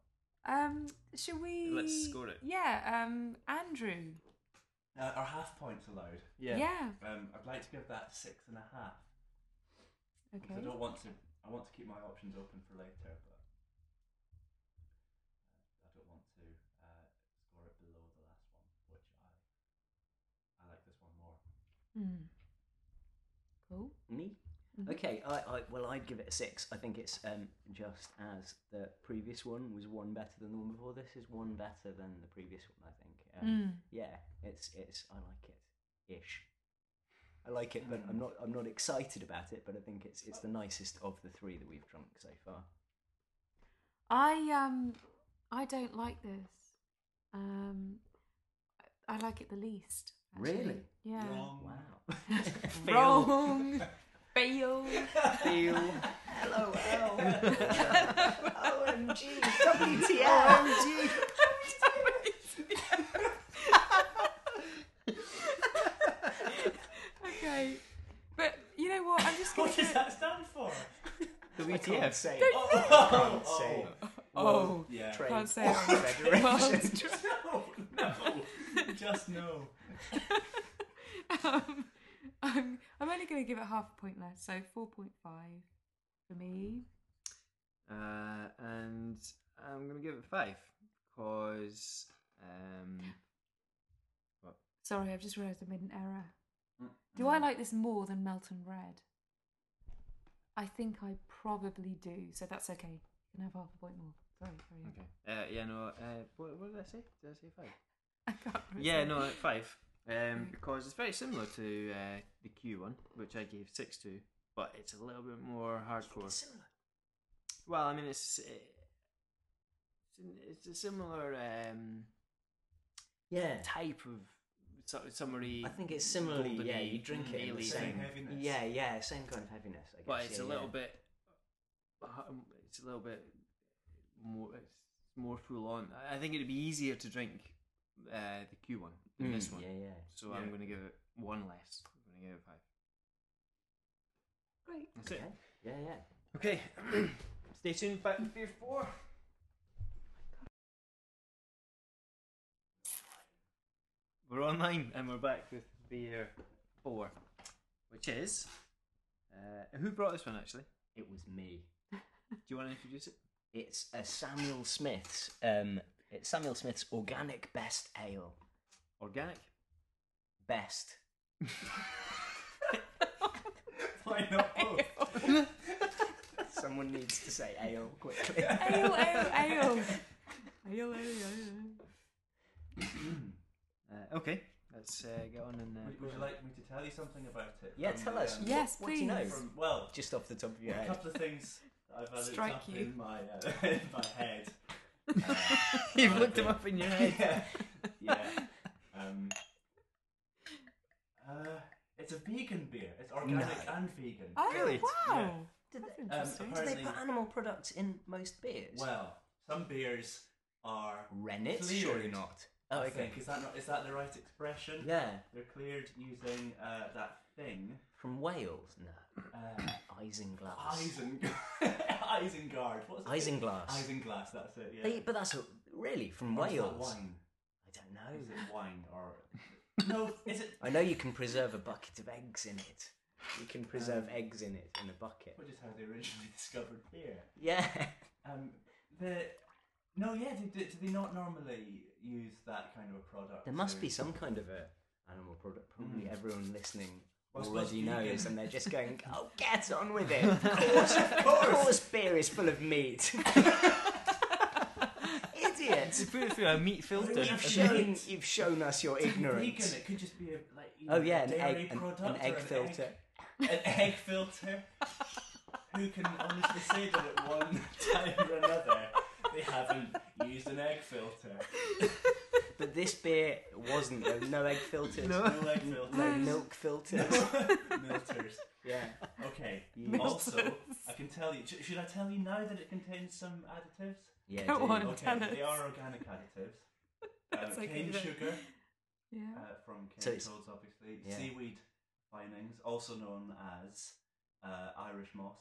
S2: Um, should we?
S1: Let's score it.
S2: Yeah. Um, Andrew.
S4: Uh, are half points allowed?
S2: Yeah.
S4: Um, I'd like to give that six and a half. Because I
S2: Okay.
S4: don't want to. I want to keep my options open for later, but uh, I don't want to uh, score it below the last one, which I I like this one more.
S2: Hmm. Cool.
S3: *laughs* Me?
S2: Mhm.
S3: Okay. I, I well, I'd give it a six. I think it's um, just as the previous one was one better than the one before. This is one better than the previous one. I think. Um,
S2: Mm.
S3: Yeah, it's it's I like it ish. I like it, but I'm not I'm not excited about it. But I think it's it's the nicest of the three that we've drunk so far.
S2: I um, I don't like this. Um, I, I like it the least. actually.
S3: Really?
S2: Yeah.
S3: Wow.
S2: Fail. Wrong. Fail. *laughs*
S3: Feel.
S2: Hello.
S3: *laughs* OMG. WTF.
S2: okay. But you know what? I'm just going
S4: *laughs* What
S2: to.
S4: does that stand
S2: *laughs*
S4: for?
S1: The E
S3: I can't
S1: WTF.
S3: say. it.
S4: Oh,
S3: can't say.
S2: Oh,
S4: yeah.
S3: Trade
S2: Can't
S3: *laughs*
S2: say it.
S3: Federation.
S2: Can't
S4: No, *laughs* no, just
S3: Oh
S4: no.
S2: *laughs* um, I'm, I'm only going to give it half a point less, so 4.5 for me.
S1: Uh, and I'm gonna give it five because um,
S2: Sorry, I've just realised I made an error.
S3: Mm,
S2: Do I like this more than Melton Red? I think I probably do, so that's okay. You can have half a point more. Sorry, sorry.
S1: okay. Uh, yeah, no. Uh, what, what did I say? Did I say five?
S2: *laughs* I can't remember.
S1: Yeah, no, at five.
S3: *laughs*
S1: Um, because it's very similar to uh, the Q one, which I gave six to, but it's a little bit more hardcore. Well, I mean, it's it's, it's a similar um,
S3: Yeah.
S1: type of su- summary.
S3: I think it's similarly. Yeah,
S1: goldeny,
S3: you drink it in the
S1: mealy
S3: same.
S1: thing,
S4: heaviness.
S3: Yeah, yeah, same kind of heaviness. I guess.
S1: but it's
S3: yeah,
S1: a little
S3: yeah.
S1: bit. It's a little bit more. It's more full on. I- I think it'd be easier to drink uh, the Q one than this
S3: Mm,
S1: one.
S3: Yeah, yeah.
S1: So I'm
S4: Yeah.
S1: going to give it one less. I'm going to give it five.
S2: Great.
S1: That's it.
S3: Okay. Yeah, yeah.
S1: Okay, *clears throat* stay tuned. Back to Fear 4. We're online and we're back with Fear 4, which is. Uh, who brought this one actually?
S3: It was me.
S1: Do you want to introduce it?
S3: It's a Samuel Smith's. Um, it's Samuel Smith's organic best ale.
S1: Organic? *laughs*
S3: Best.
S4: Why not both?
S3: Someone needs to say ale quickly.
S2: Ale, ale,
S3: *laughs*
S2: ale. Ale, ale, ale.
S1: Uh, okay, let's uh, get on and. Uh,
S4: Would, would
S1: *laughs*
S4: you like me to tell you something about it?
S3: Yeah,
S4: From
S3: tell
S4: the,
S3: us.
S4: um,
S2: Yes,
S3: what, what do you know?
S2: please.
S4: From, well,
S3: Just off the top of your
S4: a
S3: head.
S4: couple of things that I've had
S2: Strike
S4: up
S2: you.
S4: in my uh, *laughs* in my head.
S2: *laughs*
S4: Uh,
S1: You've looked him up in your
S4: *laughs*
S1: head.
S3: *laughs*
S4: yeah. yeah. Um, uh, it's a vegan beer. It's organic
S3: No.
S4: and vegan.
S2: Oh,
S1: Really?
S2: wow.
S3: Did
S2: That's
S3: they,
S2: interesting.
S4: Um,
S3: do they
S4: apparently-
S3: put animal products in most beers?
S4: Well, some beers are.
S3: Rennet?
S4: Cleared.
S3: Surely not. Oh,
S4: I
S3: okay.
S4: think. Is that not, is that the right expression?
S3: Yeah.
S4: They're cleared using uh, that thing.
S3: From Wales? No.
S4: Uh,
S3: Isinglass.
S4: Isengard. *laughs* Isengard. What's it?
S3: Isinglass.
S4: Isinglass. That's it. Yeah.
S3: They, but that's a, really from
S4: Or is that
S3: Wales.
S4: wine.
S3: I don't know.
S4: Is it wine or no? Is it?
S3: I know you can preserve a bucket of eggs in it. You can preserve
S4: Um,
S3: eggs in it in a bucket.
S4: Which is how they originally *laughs* discovered beer.
S3: Yeah.
S4: Um, the no, yeah. Do, do, do they not normally use that kind of a product?
S3: There must
S4: to-
S3: be some kind of a animal product. Probably everyone listening
S4: Mm. Well, I suppose
S3: already
S4: vegan-
S3: knows,
S4: *laughs*
S3: and they're just going, "Oh, get on with it! Of course, of course, beer is full of
S4: *laughs*
S3: meat."
S1: To
S3: Idiot!
S1: put it through a meat
S4: *laughs*
S1: filter.
S3: You've shown, you've shown us your ignorance.
S4: Vegan, it could just be a like. you
S3: Oh
S4: know,
S3: yeah,
S4: a
S3: an
S4: dairy
S3: egg, an,
S4: product
S3: an
S4: or
S3: egg
S4: an
S3: filter.
S4: *laughs* an egg filter. Who can honestly say that at one time or another they haven't used an egg filter?
S3: But this beer wasn't. There was no egg filters.
S1: No.
S4: No egg
S3: no
S4: filters.
S3: milk filters. *laughs*
S4: Milters.
S3: yeah.
S4: *laughs* Okay.
S3: Yeah.
S4: Also, uh, I can tell you. sh- Should I tell you now that it contains some
S3: *laughs*
S4: additives?
S3: Yeah.
S2: Go
S3: dude.
S2: on.
S4: Okay,
S2: Tell us.
S4: they are organic additives. Uh,
S2: That's okay,
S4: cane
S2: though.
S4: sugar
S2: Yeah.
S4: uh, from cane
S3: So it's-
S4: toads, obviously.
S3: yeah.
S4: Seaweed linings, also known as uh, Irish moss,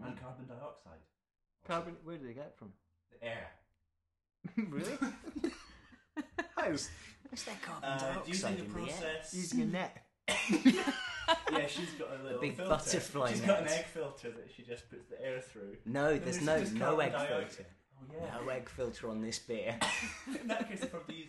S3: Mm.
S4: and carbon dioxide.
S1: Carbon. Where did they get it
S4: *laughs*
S1: from?
S4: The air.
S1: really?
S3: How's, how's there carbon
S4: Uh,
S3: dioxide
S4: do you think the
S3: in the air?
S4: process?
S1: Using a net.
S4: *laughs* yeah, she's got
S2: Uh,
S4: a little
S3: big
S4: filter.
S3: butterfly
S4: She's got an
S3: net.
S4: egg filter that she just puts the air through.
S3: No,
S4: And
S3: there's
S4: it's
S3: no
S4: just
S3: no
S4: carbon
S3: egg
S4: dioxide.
S3: filter.
S4: Oh yeah.
S3: No egg filter on this beer.
S4: *laughs* In that case, they probably use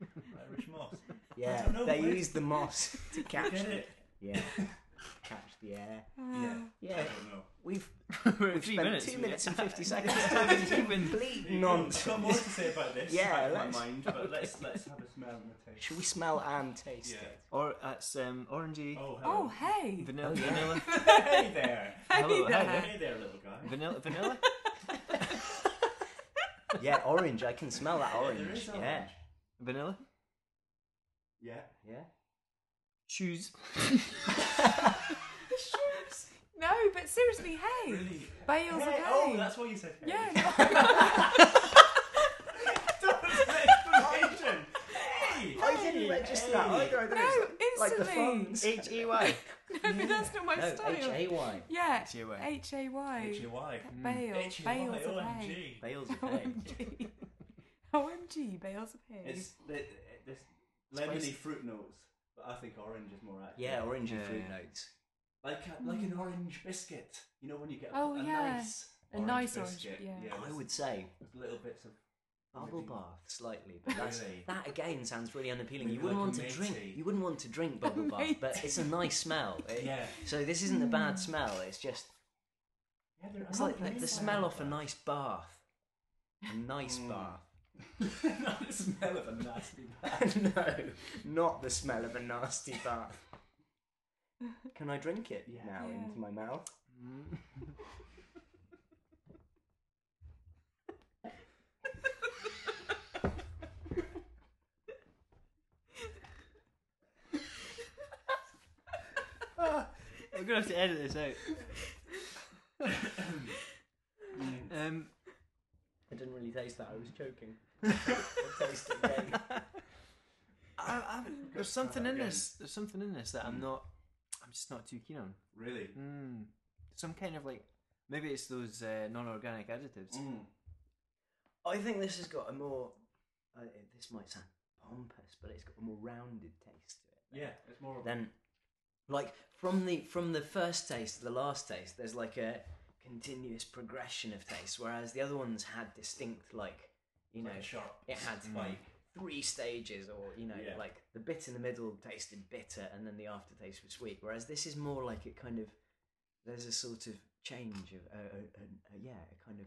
S4: *laughs* Irish moss.
S3: Yeah,
S4: don't know,
S3: they
S4: where- *laughs*
S3: use the moss to catch
S4: Get
S3: the,
S4: it?
S3: yeah,
S4: *laughs*
S3: catch the air.
S4: Yeah. I
S3: Yeah,
S4: don't know.
S3: we've
S1: We're at
S3: we've
S1: three
S3: spent
S1: minutes.
S3: two
S1: we
S3: minutes
S1: get-
S3: and *laughs* fifty seconds
S1: Haven't
S3: having
S1: even-
S3: complete
S4: I've got more
S3: nonsense.
S4: to say about this.
S3: Yeah,
S4: I have
S3: let's-
S4: my mind, but let's let's have a smell and a taste.
S3: Should we smell and taste
S4: Yeah.
S3: it?
S1: Or that's um, orangey,
S4: Oh,
S2: Oh
S4: hello.
S2: hey.
S1: vanilla,
S3: Oh, yeah.
S1: vanilla,
S4: *laughs* hey there.
S1: Hello,
S2: Hey there.
S1: hello.
S4: Hey there, little guy.
S1: vanilla, vanilla.
S3: Yeah, orange. I can smell that
S4: Yeah, there
S3: orange.
S4: is
S3: Yeah,
S4: orange.
S1: Vanilla.
S4: Yeah.
S3: yeah.
S4: *laughs*
S1: Choose.
S2: No, but seriously, hey.
S4: Really.
S2: Bales of
S4: Hey,
S2: hay.
S4: oh, that's why you said hey.
S2: yeah.
S4: *laughs* That was an explanation. hey.
S3: *laughs* I didn't register that
S4: Hey.
S3: either. I
S2: No,
S3: thought it was like the
S2: instantly.
S3: phones.
S1: H
S3: *laughs*
S1: E Y.
S2: no, *laughs* but that's not my
S3: No,
S2: style.
S3: H A Y.
S2: yeah.
S1: H-A-Y.
S2: H A Y.
S4: H-U-Y.
S3: Mm.
S2: Bale.
S4: E
S2: Bales of hay.
S4: H-U-Y,
S3: Bales
S2: *laughs*
S3: of *laughs* hay.
S2: OMG. OMG, bales of hay.
S4: It's th- th- this lemony fruit notes, but I think orange is more accurate.
S3: Yeah, orangey
S1: Yeah,
S3: fruit
S1: yeah.
S3: notes.
S4: Like a, like an orange biscuit. You know when you get a,
S2: Oh,
S4: a
S2: yeah.
S4: nice
S2: A
S4: orange
S2: nice orange,
S4: biscuit.
S2: yeah.
S3: I
S4: with-
S3: would say
S4: with little bits of
S3: bubble
S4: maybe-
S3: bath slightly, but that's,
S4: Really?
S3: that again sounds really unappealing. You
S4: Maybe
S3: wouldn't
S4: like
S3: want
S4: a
S3: to drink.
S4: matey.
S3: You wouldn't want to drink bubble bath, but it's a nice smell. It-
S4: *laughs* Yeah.
S3: So this isn't a bad smell. It's just
S4: Yeah, they're-
S3: it's
S4: I'm
S3: like the,
S4: pleased
S3: the
S4: by
S3: smell
S4: that.
S3: off a nice bath. A nice
S4: Mm.
S3: bath.
S4: *laughs*
S3: *laughs*
S4: Not the smell of a nasty bath.
S3: no, not the smell of a nasty bath. Can I drink it
S4: Yeah.
S3: now
S2: Yeah.
S3: into my mouth?
S1: I'm gonna have to edit this out. um,
S3: I didn't really taste that. I was choking. I taste it again.
S1: I, I, there's
S4: try
S1: something
S4: that
S1: in
S4: again. Mm.
S1: this. There's something in this that I'm not. I'm just not too keen on.
S4: Really?
S1: Mm. Some kind of like maybe it's those uh, non-organic additives.
S4: Mm.
S3: I think this has got a more. Uh, this might sound pompous, but it's got a more rounded taste to it.
S4: Yeah, it's more of a
S3: then like from the from the first taste to the last taste there's like a continuous progression of taste whereas the other ones had distinct like you know
S4: like a sharp
S3: it had like
S4: spike.
S3: three stages or you know
S4: Mm. Yeah.
S3: like the bit in the middle tasted bitter and then the aftertaste was sweet whereas this is more like it kind of there's a sort of change of uh, a, a, a, a- yeah a kind of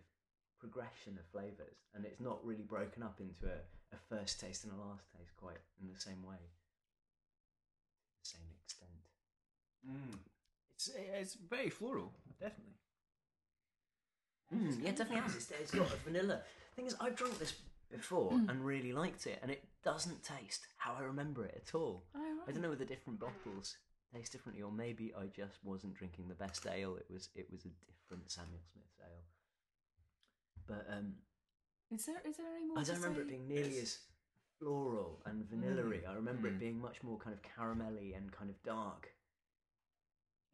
S3: progression of flavors and it's not really broken up into a, a first taste and a last taste quite in the same way same extent
S4: Mm.
S1: It's it's very floral, definitely.
S3: Mm, yeah, definitely has. It's, it's got a vanilla. Thing is, I've drunk this before
S2: Mm.
S3: and really liked it, and it doesn't taste how I remember it at all.
S2: Oh, right.
S3: I don't know whether different bottles taste differently, or maybe I just wasn't drinking the best ale. It was it was a different Samuel Smith's ale. But um,
S2: Is there is there any more?
S3: I
S2: to
S3: don't remember it
S2: say?
S3: being nearly as floral and vanillary. I remember
S1: Mm.
S3: it being much more kind of caramelly and kind of dark.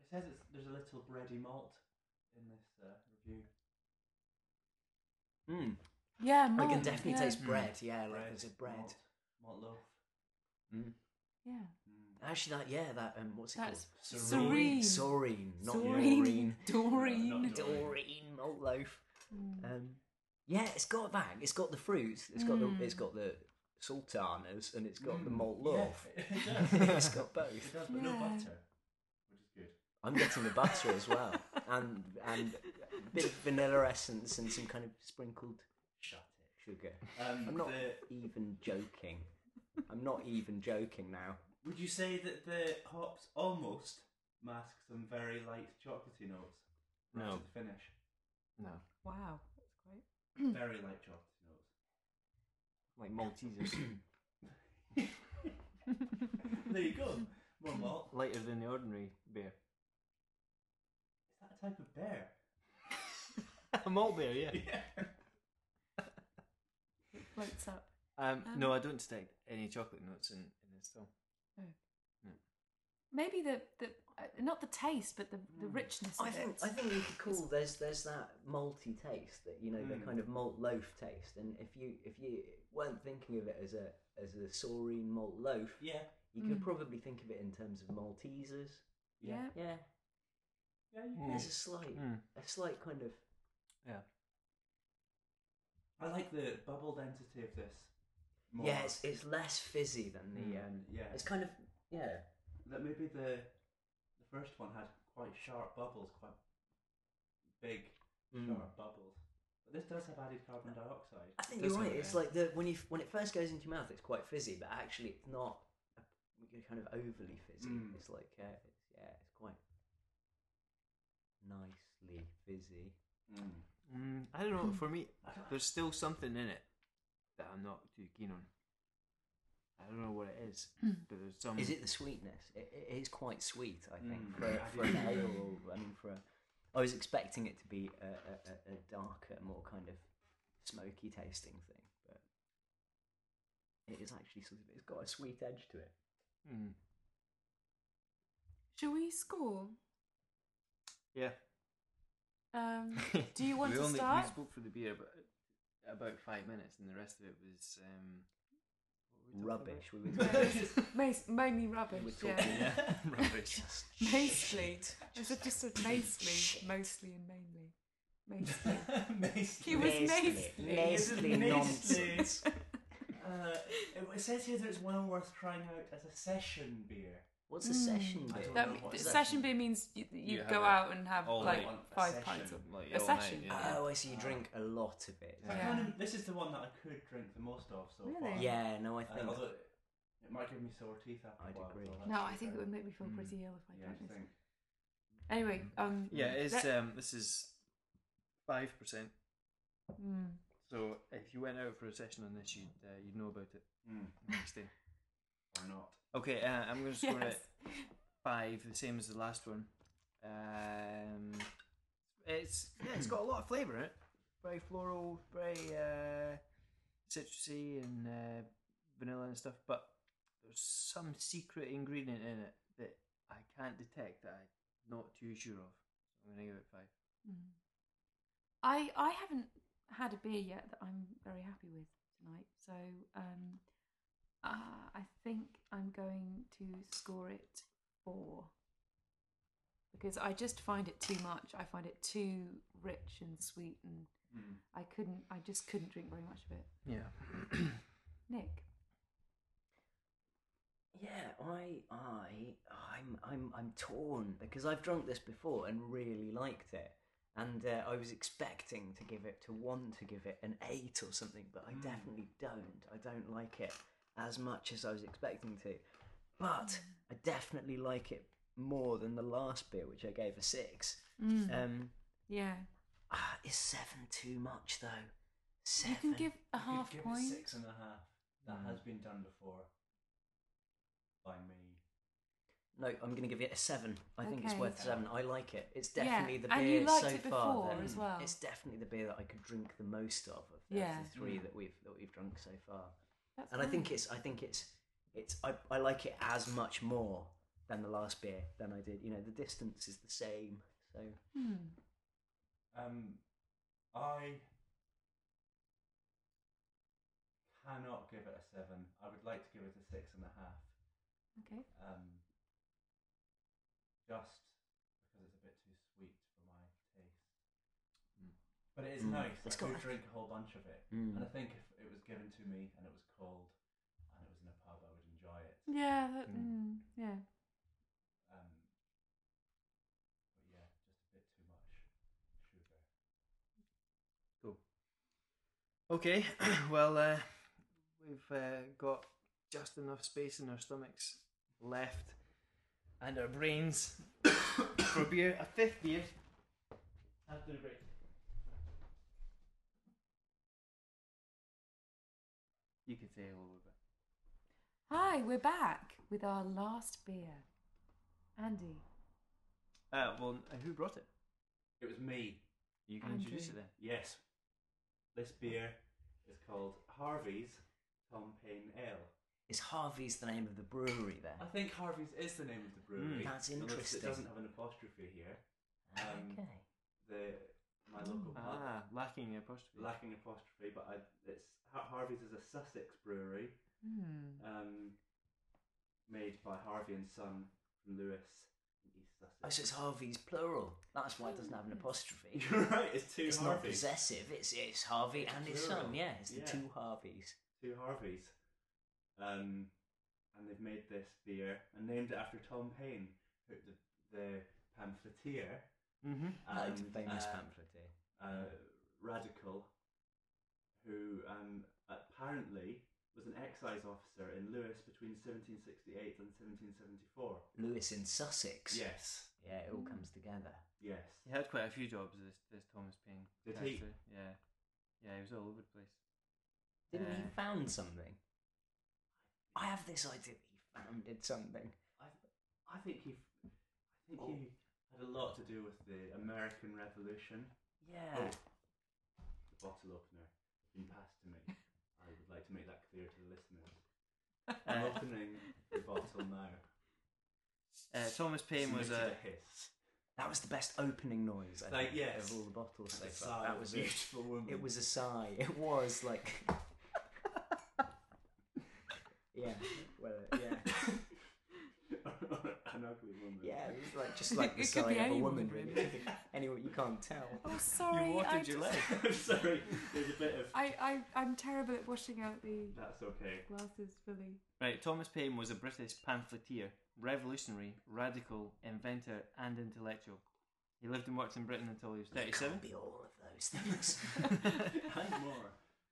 S4: It says it's, there's a little bready malt in this uh, review.
S3: Mm.
S2: Yeah,
S3: I can
S2: malt,
S3: definitely
S2: Oh, yeah.
S3: taste
S1: Mm.
S3: bread. Yeah, like
S4: Bread,
S3: there's a bread.
S4: Malt, malt loaf. Mm.
S3: Mm.
S2: Yeah,
S3: Actually, that yeah, that um, what's it
S2: that's
S4: Serene.
S2: serene.
S3: Soreen, not
S2: Doreen. *laughs*
S3: Doreen.
S2: Doreen.
S4: No, not Doreen.
S3: Doreen malt loaf.
S2: Mm.
S3: Um, yeah, it's got that. It's got the fruit. It's got
S2: Hmm.
S3: the it's got the sultanas and it's got the
S4: Mm,
S3: malt
S4: yeah,
S3: loaf.
S4: it
S3: *laughs*
S4: does.
S3: it's got
S4: It
S3: both.
S4: does, but no
S2: Yeah.
S4: butter.
S3: I'm getting the butter as well, and and a bit of vanilla essence and some kind of sprinkled
S4: Shut it.
S3: sugar.
S4: Um,
S3: I'm not
S4: the-
S3: even joking. I'm not even joking now.
S4: would you say that the hops almost mask some very light chocolatey notes? right
S1: No.
S4: To the finish.
S1: No.
S2: Wow, that's great.
S4: Very light chocolatey notes. *laughs*
S3: Like *coughs* Maltesers,
S4: *laughs* There you go. More malt.
S1: Lighter than the ordinary beer.
S4: Is that a type
S3: *laughs*
S4: of bear? *laughs*
S1: A malt beer, yeah.
S2: It floats up.
S1: Um, no, I don't detect any chocolate notes in, in this at all.
S2: Maybe the the uh, not the taste, but the,
S4: Mm.
S2: the richness of
S3: I think
S2: it.
S3: I think you could call there's there's that malty taste that you know the kind of malt loaf taste, and if you if you weren't thinking of it as a as a saurine malt loaf,
S4: Yeah.
S3: you could probably think of it in terms of Maltesers.
S2: yeah.
S3: Yeah,
S4: Yeah, you
S1: Mm.
S3: there's a slight
S1: Mm.
S3: a slight kind of
S1: Yeah.
S4: I like the bubbled entity of this. More.
S3: yeah, it's, it's less fizzy than the um,
S4: yeah.
S3: it's kind of yeah
S4: that maybe the the first one had quite sharp bubbles, quite big
S3: Mm.
S4: sharp bubbles. But this does have added carbon dioxide.
S3: I think
S1: Does
S3: you're right.
S1: have-
S3: It's like the when you f- when it first goes into your mouth, it's quite fizzy, but actually it's not a, you're kind of overly fizzy.
S4: Mm.
S3: It's like uh, it's, yeah, it's quite nicely fizzy. Hmm.
S4: Mm.
S1: Mm, I don't know. For me,
S4: I don't- *laughs*
S1: there's still something in it that I'm not too keen on. I don't know what it is,
S2: Hmm.
S1: but there's some.
S3: Is it the sweetness? It, it is quite sweet, I think,
S4: Mm.
S3: for, a-
S4: I
S3: for an
S4: do.
S3: ale. or- I mean, for a, I was expecting it to be a, a, a- a darker, more kind of smoky tasting thing, but it is actually sort of it's got a sweet edge to it.
S1: Mm,
S2: Shall we score?
S1: yeah.
S2: Um,
S4: *laughs*
S2: do you want
S1: we
S2: to
S1: only,
S2: start?
S1: We spoke for the beer, but about five minutes, and the rest of it was um, what were we talking
S3: Rubbish. We were
S2: Yeah,
S3: talking-
S2: it's
S1: *laughs*
S2: *laughs* mas- mainly rubbish.
S3: We're talking
S2: yeah.
S1: about? Yeah, rubbish.
S2: Mostly. I said just said mostly, mostly and mainly. Mostly.
S4: Mostly.
S2: He was
S3: Mostly.
S2: mostly.
S3: Mostly
S4: Mostly.
S3: nonsense.
S4: Uh, it, it says here that it's well worth trying out as a session beer.
S3: What's a session
S4: Mm. I
S3: beer?
S4: don't
S2: Hmm. That,
S4: know what
S2: the
S4: is
S2: session beer means you, you,
S1: You have
S2: go
S1: it
S2: out and have
S1: all
S2: like
S1: night.
S4: A
S2: five
S4: session.
S2: pints of
S1: Like,
S2: a
S1: all night,
S2: session.
S1: yeah.
S3: Oh, I see. You drink a lot of it.
S4: I
S2: Yeah.
S4: kind of, this is the one that I could drink the most of so
S2: Really?
S4: far.
S3: Yeah, no, I
S4: Uh,
S3: think.
S4: although it- it might give me sore teeth after
S3: I'd
S4: a while.
S3: agree.
S4: so that's
S2: No, I
S4: too
S2: think it
S4: bad.
S2: would make me feel
S1: Mm.
S2: pretty ill if I
S4: Yeah,
S2: drank
S4: I
S2: this.
S4: think.
S2: Anyway, um,
S1: Yeah, it's
S2: let-
S1: um, this is five percent.
S2: mm.
S1: So if you went out for a session on this, you'd uh, you'd know about it
S4: Mm,
S1: the next
S2: *laughs*
S1: day.
S4: Hmm. or not.
S1: Okay, uh, I'm going to score it
S2: yes.
S1: five, the same as the last one. Um, it's yeah, it's got a lot of flavour in it. Very floral, very uh, citrusy and uh, vanilla and stuff. But there's some secret ingredient in it that I can't detect. That I'm not too sure of. So I'm going to give it five.
S2: Mm. I I haven't had a beer yet that I'm very happy with tonight, so um, uh, I think I'm going to score it four because I just find it too much. I find it too rich and sweet, and
S4: Mm.
S2: I couldn't. I just couldn't drink very much of it.
S1: Yeah.
S2: Nick,
S3: Yeah, I, I, I'm, I'm, I'm torn because I've drunk this before and really liked it, and uh, I was expecting to give it to one, to give it an eight or something, but
S2: Hmm.
S3: I definitely don't. I don't like it as much as I was expecting to, but
S2: Hmm.
S3: I definitely like it more than the last beer, which I gave a six.
S2: Hmm.
S3: Um,
S2: yeah,
S3: ah, is seven too much though?
S2: you
S3: Seven.
S2: can give a
S4: You could
S2: half
S4: give
S2: point.
S4: It six and a half. That
S1: Mm.
S4: has been done before by me.
S3: No, I'm going to give it a seven. I think it's
S2: Okay.
S3: worth a seven. I like it. It's
S2: Yeah,
S3: definitely the beer
S2: and you liked
S3: so
S2: it
S3: far.
S2: before
S3: that-
S2: as well.
S3: It's definitely the beer that I could drink the most of of the,
S2: Yeah.
S3: the three
S4: Mm.
S3: that we've that we've drunk so far.
S2: That's
S3: and I think
S2: fine.
S3: it's I think it's it's I, I like it as much more than the last beer than I did. You know, the distance is the same. So
S2: Hmm.
S4: Um, I cannot give it a seven. I would like to give it a six and a half.
S2: okay.
S4: Um, just because it's a bit too sweet for my taste. But it is
S3: Mm.
S4: nice.
S3: It's
S4: I could
S3: got-
S4: drink a whole bunch of it.
S3: Mm.
S4: And I think if it was given to me and it was cold and it was in a pub,
S3: Hmm.
S4: I would enjoy it.
S2: hmm. Yeah, that,
S1: Mm.
S2: mm, yeah.
S4: Um,
S1: Okay, *clears throat* well, uh, we've uh, got just enough space in our stomachs left and our brains *coughs* for beer, a fifth beer after the break. You could say hello, Rebecca.
S2: Hi, we're back with our last beer. Andy.
S1: Uh, well, uh, who brought it?
S4: It was me.
S1: You can introduce it
S2: Andrew.
S1: then.
S4: Yes. This beer is called Harvey's Tom Paine Ale.
S3: Is Harvey's the name of the brewery
S4: I
S3: there?
S4: think Harvey's is the name of the brewery.
S1: Mm.
S3: That's
S4: unless
S3: interesting.
S4: It doesn't have an apostrophe here. Um,
S3: okay.
S4: The my local pub
S1: Ah, lacking the apostrophe.
S4: lacking apostrophe, but I, it's Har- Harvey's is a Sussex brewery
S2: Hmm.
S4: um, made by Harvey and Son from Lewis in East Sussex.
S3: Oh, so it's Harvey's plural. That's why it doesn't have an apostrophe.
S4: You're right. It's *laughs* two
S3: It's not
S4: Harveys.
S3: possessive. It's it's Harvey
S4: It's
S3: and his
S4: plural.
S3: son. Yeah, it's the
S4: Yeah.
S3: two Harveys.
S4: two Harveys. Um, and they've made this beer and named it after Tom Paine, who- the, the pamphleteer
S1: Mm-hmm.
S4: and
S3: famous
S4: uh,
S3: pamphleteer.
S4: uh, radical, who um, apparently was an excise officer in Lewis between 1768 and 1774.
S3: Lewis in Sussex.
S4: Yes,
S3: yeah, it all comes together.
S4: yes.
S1: He had quite a few jobs, this, this Thomas Paine.
S4: Did he?
S1: character. Yeah. Yeah, he was all over the place.
S3: Didn't he
S1: Uh,
S3: found something? I have this idea that he founded something.
S4: I, I think he, I think he had a lot to do with the American Revolution.
S3: Yeah.
S4: Oh. The bottle opener has been passed to me. I would like to make that clear to the listeners.
S3: *laughs*
S4: I'm
S1: Uh,
S4: opening the bottle now.
S1: uh, Thomas Paine was
S4: Submitted
S1: a.
S4: hiss.
S3: That was the best opening noise I
S4: Like,
S3: think,
S4: yes.
S3: of all the bottles so
S4: The
S3: far.
S4: sigh
S3: That
S4: of
S3: was
S4: a *laughs*
S3: it.
S4: beautiful woman.
S3: It was a sigh. It was like. *laughs*
S4: *laughs*
S3: yeah. Well, yeah.
S4: an ugly woman.
S3: Yeah, it was
S2: *laughs*
S3: like just like the
S2: It could
S3: sigh
S2: be
S3: of a
S2: anyone,
S3: woman,
S2: really.
S3: really. *laughs* Anyone, *laughs* you can't tell.
S2: Oh, sorry.
S1: you
S2: I
S1: watered your
S2: just- *laughs*
S1: leg.
S4: I'm *laughs* sorry. There's a bit of. *laughs*
S2: I, I, I'm terrible at washing out the
S4: That's okay.
S2: glasses fully.
S1: Right, Thomas Paine was a British pamphleteer, revolutionary, radical, inventor, and intellectual. He lived and worked in Britain until he was 37,
S3: Can't be all of those things.
S1: *laughs*
S4: And more.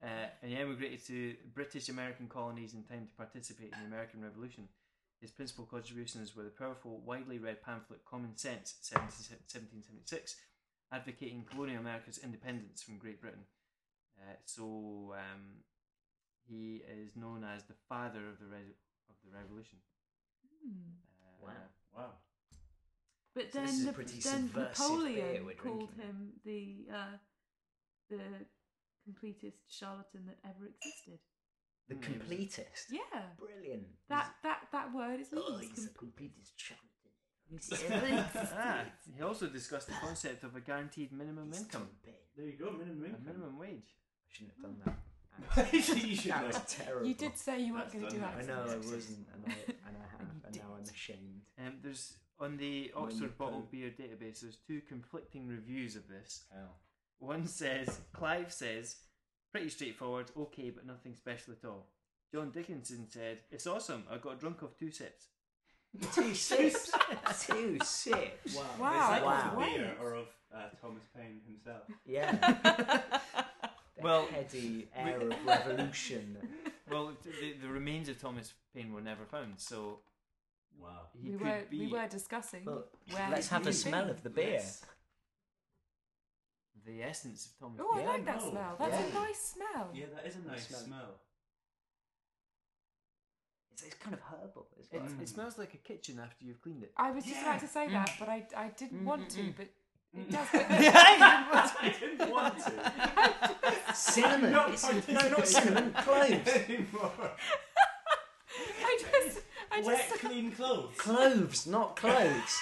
S1: uh, and he emigrated to British American colonies in time to participate in the American Revolution. His principal contributions were the powerful, widely read pamphlet Common Sense, 17- 1776, advocating colonial America's independence from Great Britain. Uh, so um, he is known as the father of the, re- of the revolution.
S2: Hmm.
S1: Uh,
S3: Wow.
S4: Wow.
S2: But
S3: So
S2: then,
S3: this is a
S2: Nap-
S3: pretty
S2: then
S3: subversive beer
S2: Napoleon
S3: we're
S2: called
S3: drinking.
S2: him the uh, the completest charlatan that ever existed.
S3: the
S1: Mm.
S3: completest.
S2: Yeah,
S3: Brilliant.
S2: that that that word is
S3: Oh,
S2: loose.
S3: he's the completest
S2: *laughs*
S3: charlatan. *laughs*
S1: Ah, he also discussed the concept of a guaranteed minimum
S3: He's
S1: income,
S3: Tom Paine.
S4: There you go. Minimum
S1: a
S4: income.
S1: minimum wage.
S3: I shouldn't have done
S2: *laughs*
S3: that.
S4: you should
S3: That
S4: know.
S3: was terrible.
S2: You did say you weren't
S4: weren't That's
S2: going to
S4: gonna do
S2: do that.
S3: I
S4: done. that.
S3: know
S2: *laughs*
S3: I wasn't, and I and I have,
S2: And you
S3: and now I'm
S2: didn't.
S3: ashamed.
S2: *laughs*
S1: Um, there's on the
S3: When you
S1: Oxford Bottled
S3: poop.
S1: Beer database. There's two conflicting reviews of this.
S4: Hell.
S1: One says Clive says pretty straightforward, okay, but nothing special at all. John Dickinson said it's awesome. I got drunk off two sips.
S3: Two sips. Two sips.
S4: Wow.
S2: Wow,
S4: Is that
S3: Wow.
S4: of the beer
S2: Wow.
S4: or of uh, Thomas Paine himself?
S2: *laughs*
S3: Yeah. The
S1: Well,
S3: heady air of revolution.
S1: Well, t- the, the remains of Thomas Paine were never found, so
S4: Wow.
S1: he
S2: We
S1: could
S2: were
S1: be
S2: we were discussing
S3: Well,
S2: where
S3: let's
S2: he
S3: have a
S2: could
S3: smell
S2: be.
S3: of the beer.
S4: Yes.
S1: the essence of Thomas.
S2: Oh, I
S3: Yeah,
S2: like that
S4: no.
S2: smell. That's a
S3: Yeah.
S2: nice smell.
S4: Yeah, that is a nice
S3: Smell.
S4: smell. *laughs*
S3: It's, it's kind of herbal as
S1: It,
S3: well.
S1: it smells like a kitchen after you've cleaned it.
S2: I was just about
S4: Yeah.
S2: to say that, but I I didn't
S3: Mm,
S2: want
S3: mm,
S2: to.
S3: mm.
S2: But it does.
S3: *laughs*
S4: I didn't want
S2: *laughs*
S4: to.
S3: cinnamon.
S4: Not
S3: It's- no,
S4: *laughs*
S3: not cinnamon. Cloves.
S4: Anymore.
S2: I just I just
S4: Wet, clean *laughs* clothes.
S3: Cloves, not cloves.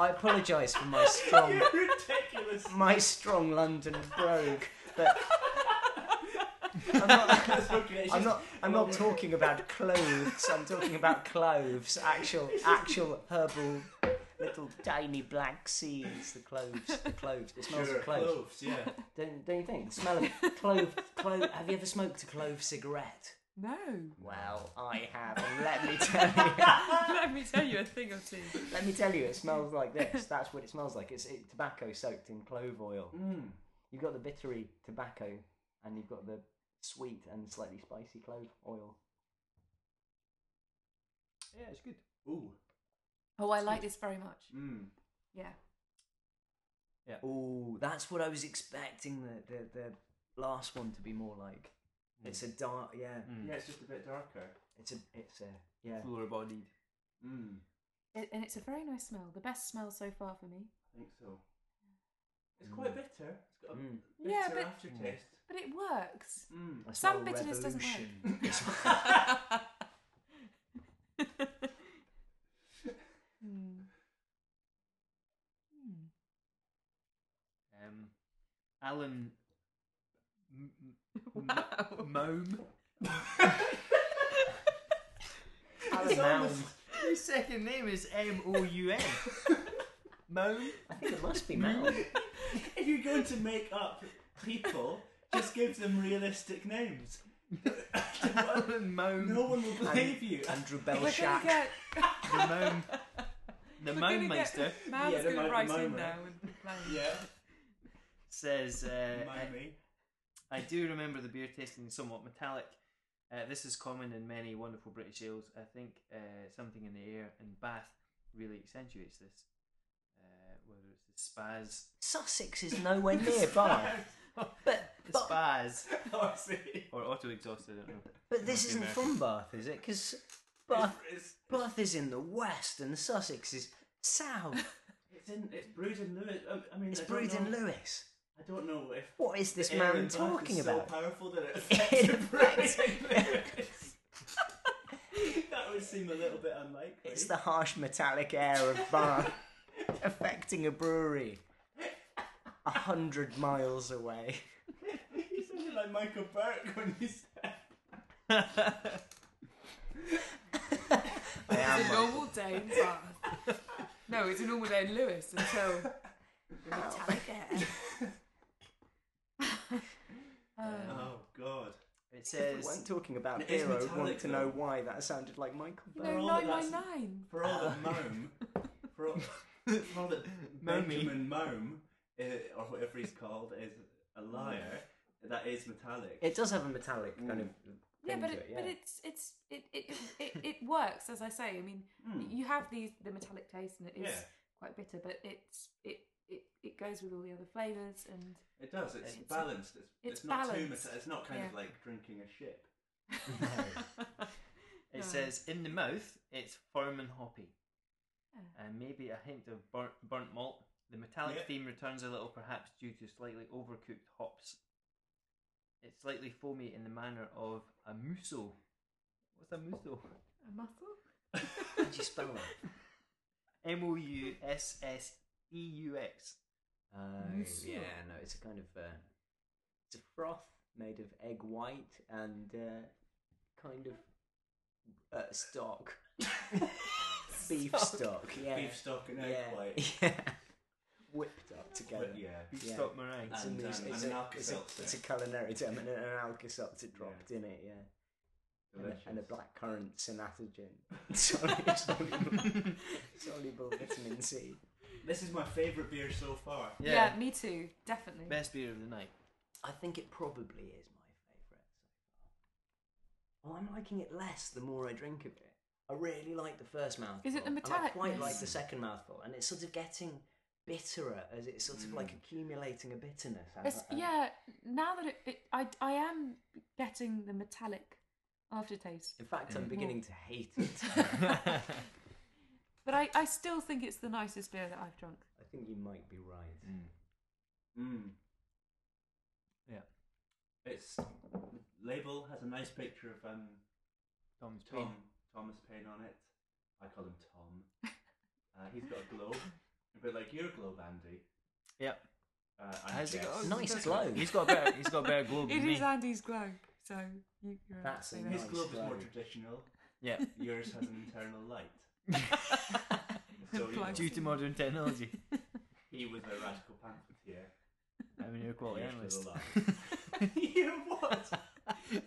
S3: I apologise for my strong,
S4: You're ridiculous.
S3: my strong London brogue. But I'm not,
S4: *laughs* That's okay. It's
S3: I'm
S4: just-
S3: not, I'm not talking about cloves. I'm talking about cloves. Actual, actual herbal, little tiny black seeds. The cloves,
S1: *laughs*
S3: the cloves. It smells
S4: Sure,
S3: of cloves.
S4: cloves, yeah. *laughs*
S3: Don't, don't you think? The smell of clove, clove. Have you ever smoked a clove cigarette?
S2: no.
S3: *laughs* Well, I have, and let me tell you.
S2: Let me tell you a thing or two.
S3: *laughs* Let me tell you, it smells like this. That's what it smells like. It's it, tobacco soaked in clove oil.
S4: Mm.
S3: You've got the bittery tobacco and you've got the sweet and slightly spicy clove oil.
S1: Yeah, it's good.
S4: Ooh.
S2: Oh, I like this very much.
S4: Mm.
S2: Yeah.
S3: Oh, that's what I was expecting the, the, the last one to be more like.
S2: Hmm.
S3: It's a dark, yeah.
S1: Mm.
S4: Yeah, it's just a bit darker.
S3: It's a, it's a, yeah.
S1: Fuller bodied.
S4: Mm.
S2: It, and it's a very nice smell. The best smell so far for me.
S4: I think so. It's quite
S3: Mm.
S4: bitter. It's got a
S3: Mm.
S4: bitter
S2: Yeah, but-
S4: aftertaste.
S2: But it
S3: *laughs*
S2: works.
S4: Mm.
S3: I
S2: Some
S3: smell
S2: bitterness doesn't work.
S3: revolution.
S2: Hmm. Hmm.
S1: Um, Alan. M- m-
S2: *laughs* Wow.
S1: Mome.
S3: *laughs* It's almost-
S1: His second name is M O U M. Mome.
S3: I think it must be Mel.
S4: If you're going to make up people, just give them realistic *laughs* names.
S1: Alan Mome.
S4: No one will believe you.
S3: Andrew
S2: *laughs* We're gonna
S3: Belshak.
S2: get
S1: The Mome. The
S2: We're gonna
S1: Mome Meister
S2: get- Man's
S4: Yeah, the
S2: gonna
S4: mo- the
S2: write in
S4: moment.
S2: now and plan.
S4: *laughs* Yeah,
S1: says. Uh,
S4: mummy.
S1: I do remember the beer tasting somewhat metallic. Uh, this is common in many wonderful British ales. I think uh, something in the air in Bath really accentuates this. Uh, whether it's the spaz,
S3: Sussex is nowhere nearby. But,
S1: the
S3: but,
S1: spaz,
S4: *laughs* Oh, I see.
S1: or auto exhaust, I don't know.
S3: but
S1: Must
S3: this
S1: be
S3: isn't
S1: American.
S3: from Bath, is it? Because Bath,
S4: It's,
S3: Bath is in the west and Sussex is south.
S4: it's, in, it's brewed in Lewis. I, I mean,
S3: It's
S4: I don't
S3: brewed in
S4: know-
S3: Lewis.
S4: I don't know if
S3: What is this
S4: the air in
S3: man
S4: Bath
S3: talking
S4: is
S3: about?
S4: So powerful that
S3: *laughs*
S4: it
S3: It
S4: affects the
S3: affects-
S4: brewing in Lewis. *laughs* that would seem a little bit unlikely.
S3: It's the harsh metallic air of Bath affecting a brewery a hundred miles away.
S4: *laughs* You sounded like Michael Burke when
S3: *laughs*
S4: you said.
S3: I am
S2: It's a normal day in Bath.
S1: *laughs*
S2: No, it's a normal day in Lewis until the metallic
S1: *laughs*
S2: air.
S3: Uh.
S2: Um,
S4: Oh God.
S1: It
S3: If we
S1: says
S3: weren't talking about
S4: It is
S3: beer, I would want
S4: metallic,
S3: to know
S4: though.
S3: why that sounded like Michael
S2: you
S3: Burke.
S2: know,
S4: all
S2: nine
S4: that's-
S2: nine nine.
S4: For all
S3: *laughs*
S4: the Mome, for all, for all that
S1: Mommy.
S4: Benjamin Mome, uh, or whatever he's called, is a liar, that is metallic.
S3: Mm. It does have a metallic kind of.
S2: Yeah,
S3: thing
S2: but
S3: to
S2: it,
S3: it, yeah.
S2: but it's it's it it, it it it works as I say. I mean,
S4: Hmm.
S2: you have these the metallic taste and it is
S4: yeah,
S2: quite bitter, but it's it it it goes with all the other flavors and
S4: it does. It's,
S2: It's-
S4: balanced. It's,
S2: it's
S4: it's, not too
S2: balanced.
S4: metallic. It's not kind of
S2: Yeah.
S4: like drinking a ship.
S2: *laughs*
S1: it
S2: Uh-huh.
S1: says in the mouth it's firm and hoppy,
S2: Yeah.
S1: and maybe a hint of burnt, burnt malt. The metallic
S4: Yeah.
S1: theme returns a little, perhaps due to slightly overcooked hops. It's slightly foamy in the manner of a musso. What's a musso?
S2: a muscle.
S3: How do you spell that?
S1: M O U S S E U X.
S3: Uh,
S2: Mousse.
S3: yeah, no, it's a kind of. Uh, it's a froth made of egg white and uh, kind of uh, stock. Beef stock, yeah.
S4: Beef stock and egg
S3: yeah.
S4: white.
S3: Yeah. Whipped up *laughs* together.
S4: But yeah.
S3: Yeah. Uh,
S1: Stock meringue.
S3: It's,
S4: And,
S3: a, mousse-
S4: um,
S3: it's, a, it's,
S4: and an
S3: a,
S4: Alka-Seltzer.
S3: it's a culinary term and an Alka-Seltzer dropped in it, yeah. and a, and a
S4: delicious.
S3: blackcurrant synathogen. Solu- *laughs* soluble, soluble vitamin C.
S4: This is my favourite beer so far.
S2: Yeah. me too, definitely.
S1: Best beer of the night.
S3: I think it probably is my favourite so far. Oh, I'm liking it less the more I drink of it. I really like the first mouthful.
S2: Is it the
S3: And I quite
S2: metallicness?
S3: like the second mouthful, and it's sort of getting bitterer as it's sort of like
S1: Mm.
S3: accumulating a bitterness. as
S4: uh,
S2: It's-
S3: I-
S2: yeah, now that it, it I I am getting the metallic aftertaste,
S3: In fact, I'm
S1: Mm.
S3: beginning to hate it.
S2: but I I still think it's the nicest beer that I've drunk.
S3: I think you might be right.
S4: Mm.
S1: Yeah.
S4: Its label has a nice picture of um,
S1: Tom's
S4: Tom Thomas Paine on it. I call him Tom. Uh, he's got a globe, a bit like your globe, Andy.
S1: Yep.
S4: Uh, I
S1: How's he got
S4: guess.
S1: on?
S3: Nice globe.
S1: He's got a better. He's got a better globe
S2: *laughs* It
S1: than
S2: is
S1: me.
S2: Andy's glow, so you, you're
S3: That's
S2: absolutely
S3: a
S2: right.
S4: His
S3: Nice
S4: globe is more
S3: globe.
S4: traditional.
S1: Yeah.
S4: *laughs* Yours has an internal
S1: *laughs*
S4: light.
S2: *laughs*
S4: So you know,
S2: Implies-
S1: Due *laughs* to modern technology,
S4: he was a radical pamphleteer.
S1: I'm an
S4: *laughs*
S1: air quality
S4: You're
S1: analyst.
S4: still alive.
S1: *laughs*
S4: *laughs* You're what?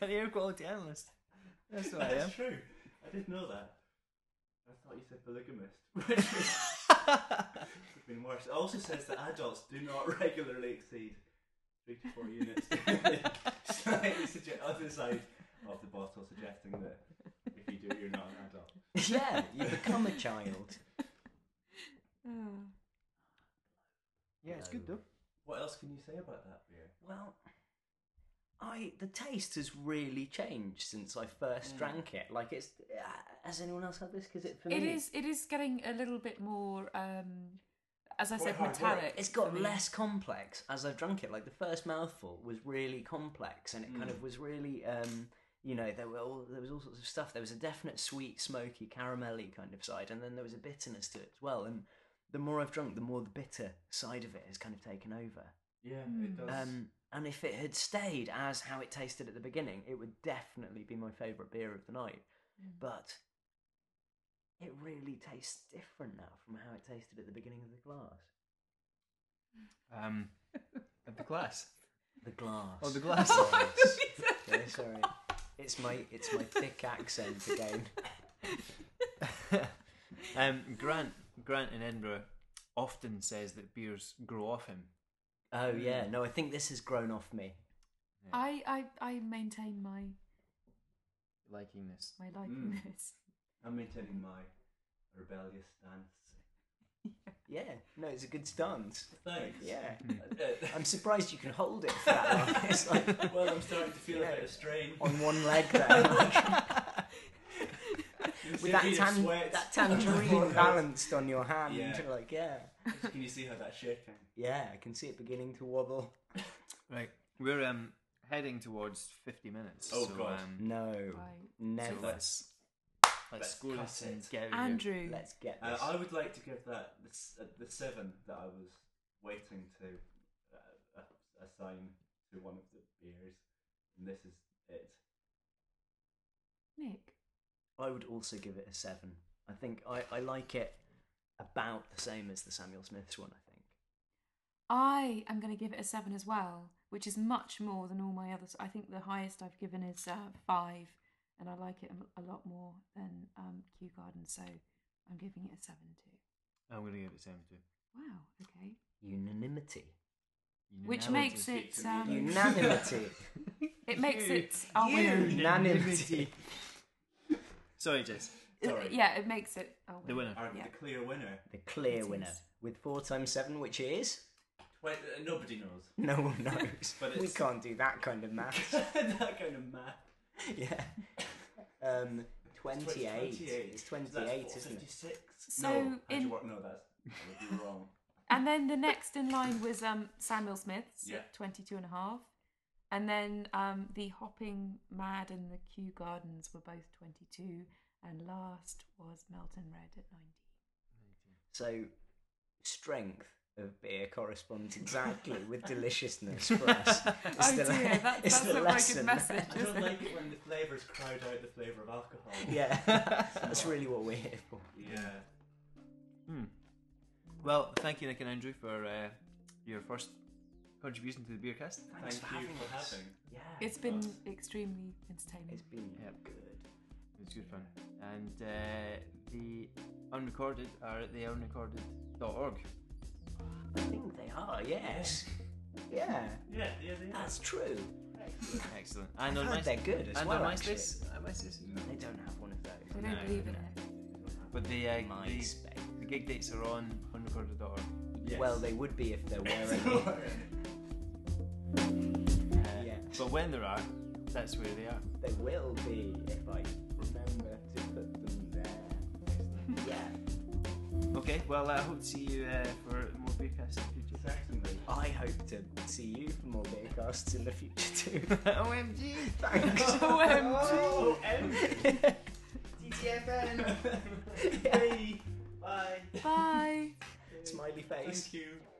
S1: An air quality analyst. That's what I am.
S4: *laughs* That's true. I didn't know that. I thought you said polygamist, *laughs* which
S3: *laughs*
S4: would have been worse. It also says that adults do not regularly exceed three to four
S3: *laughs*
S4: units *laughs* slightly suggest other side of the bottle, suggesting that if you do, it, you're not an adult.
S3: yeah, you become a child.
S2: Oh.
S1: Yeah, it's good though.
S4: What else can you say about that beer?
S3: Well, I the taste has really changed since I first
S4: Mm.
S3: drank it. Like it's uh, has anyone else had this? Because it for
S2: It
S3: me,
S2: is. It is getting a little bit more, um, as I
S4: Quite
S2: said,
S4: hard work.
S2: metallic.
S3: It's got
S2: for me.
S3: less complex as I've drunk it. Like the first mouthful was really complex, and it kind
S4: Mm.
S3: of was really, um, you know, there were all, there was all sorts of stuff. There was a definite sweet, smoky, caramelly kind of side, and then there was a bitterness to it as well. And the more I've drunk, the more the bitter side of it has kind of taken over.
S4: Yeah,
S2: Mm.
S4: it does.
S3: Um, and if it had stayed as how it tasted at the beginning, it would definitely be my favourite beer of the night.
S2: Mm.
S3: But it really tastes different now from how it tasted at the beginning of the glass.
S1: Um, at the glass.
S3: The glass. *laughs*
S1: Oh, the glass.
S3: yeah, sorry. It's my it's my thick accent again.
S1: um, Grant Grant in Edinburgh often says that beers grow off him.
S3: Oh yeah, no, I think this has grown off me.
S2: I, I, I maintain my
S1: Liking this.
S2: my liking
S4: Mm.
S2: this.
S4: I'm maintaining my rebellious stance.
S3: Yeah, no, it's a good stance.
S4: Thanks.
S3: Yeah,
S4: Uh, *laughs*
S3: I'm surprised you can hold it for that long. It's like
S4: well, I'm starting to feel
S3: Yeah.
S4: a bit of strain.
S3: *laughs* on one leg there,
S4: With
S3: with that, tan- that tangerine balanced on your hand.
S4: Yeah.
S3: Like yeah,
S4: Can you see how that's shaking?
S3: yeah, I can see it beginning to wobble.
S1: Right, we're um heading towards fifty minutes.
S4: Oh,
S1: so,
S4: God.
S1: Um,
S3: No,
S2: *laughs* Right.
S3: never.
S1: so let's let's
S4: Let's
S1: score
S4: cut
S1: this and
S4: it.
S1: get out of here.
S2: Andrew,
S3: Let's get
S4: Uh,
S3: this.
S4: I would like to give that the, s- uh, the seven that I was waiting to uh, uh, assign to one of the beers, and this is it.
S2: Nick.
S3: I would also give it a seven. I think I, I like it about the same as the Samuel Smith's one. I think.
S2: I am going to give it a seven as well, which is much more than all my others. I think the highest I've given is uh, five, and I like it a- a lot more than um, Kew Garden, so I'm giving it a seven too.
S1: I'm gonna give it seven two.
S2: Wow. Okay.
S3: Unanimity.
S2: Which
S1: Unanimity.
S2: makes
S4: Speak
S2: it
S4: to me
S2: um,
S4: then.
S3: *laughs* Unanimity.
S2: it makes it our winner.
S3: Unanimity.
S1: Sorry, Jess.
S4: Sorry.
S2: Yeah, it makes it our
S1: The winner.
S4: Our,
S2: Yeah.
S4: The clear winner.
S3: The
S2: It
S3: clear
S2: is.
S3: winner with four times seven, which is
S4: Wait, uh, nobody knows.
S3: no one knows.
S4: But
S3: we
S4: it's-
S3: can't do that kind of math.
S4: *laughs* that kind of math.
S3: yeah. Um,
S4: It's twen-
S3: twenty-eight. It's twenty-eight,
S4: That's what,
S3: isn't it?
S4: 56?
S2: So
S4: no, how'd you
S2: in-
S4: work? No, that's I would
S3: *laughs*
S4: be wrong.
S2: And then the next in line was um, Samuel Smith's
S4: Yeah.
S2: at 22 and a half. And then um, the Hopping Mad and the Kew Gardens were both 22. And last was Melton Red at 19.
S3: So, strength of beer corresponds exactly with deliciousness for us. It's
S2: oh
S3: the le-
S2: dear, that,
S3: *laughs* it's
S2: that's
S3: the
S2: not a very
S3: lesson.
S2: good
S4: *laughs*
S2: message.
S4: I
S2: is
S4: don't
S2: it?
S4: like it when the flavours crowd out the flavour of alcohol.
S3: *laughs* Yeah, that's really what we're here for.
S4: Yeah.
S1: Hmm. Well, thank you, Nick and Andrew, for uh, your first contribution to the beer cast.
S3: Thanks
S4: Thank
S3: for
S4: you
S3: having
S4: for
S3: us.
S4: having.
S3: Yeah,
S2: It's been extremely entertaining.
S3: it's been
S1: Yep.
S3: good.
S1: It was good fun. And uh, the unrecorded are at theunrecorded.org.
S3: I think they are. Yes. Yeah,
S4: Yeah, yeah, yeah.
S3: that's true.
S1: Excellent. And
S3: I
S1: on
S3: heard
S1: my
S3: they're good as
S1: and
S3: well.
S1: on
S3: actually.
S1: MySpace, uh, MySpace.
S3: They don't have one of those.
S2: I don't
S1: No,
S2: believe in
S1: no.
S2: it.
S1: But the, uh, the
S3: MySpace.
S1: the gig dates are on unrecorded.org.
S4: Yes.
S3: Well, they would be if there
S1: *laughs*
S3: were any.
S4: *laughs* Sorry.
S1: Uh,
S3: Yeah.
S1: But when there are, that's where they are.
S3: They will be if I remember to put them there.
S1: *laughs*
S3: Yeah.
S1: Okay. Well, I hope to see you uh, for more beer casts in the *laughs* future.
S4: Certainly.
S3: I hope to see you for more beercasts in the future too. *laughs*
S1: *laughs* OMG.
S3: Thanks.
S4: Oh,
S3: Yeah.
S4: Bye.
S2: Bye.
S3: Smiley face.
S4: Thank you.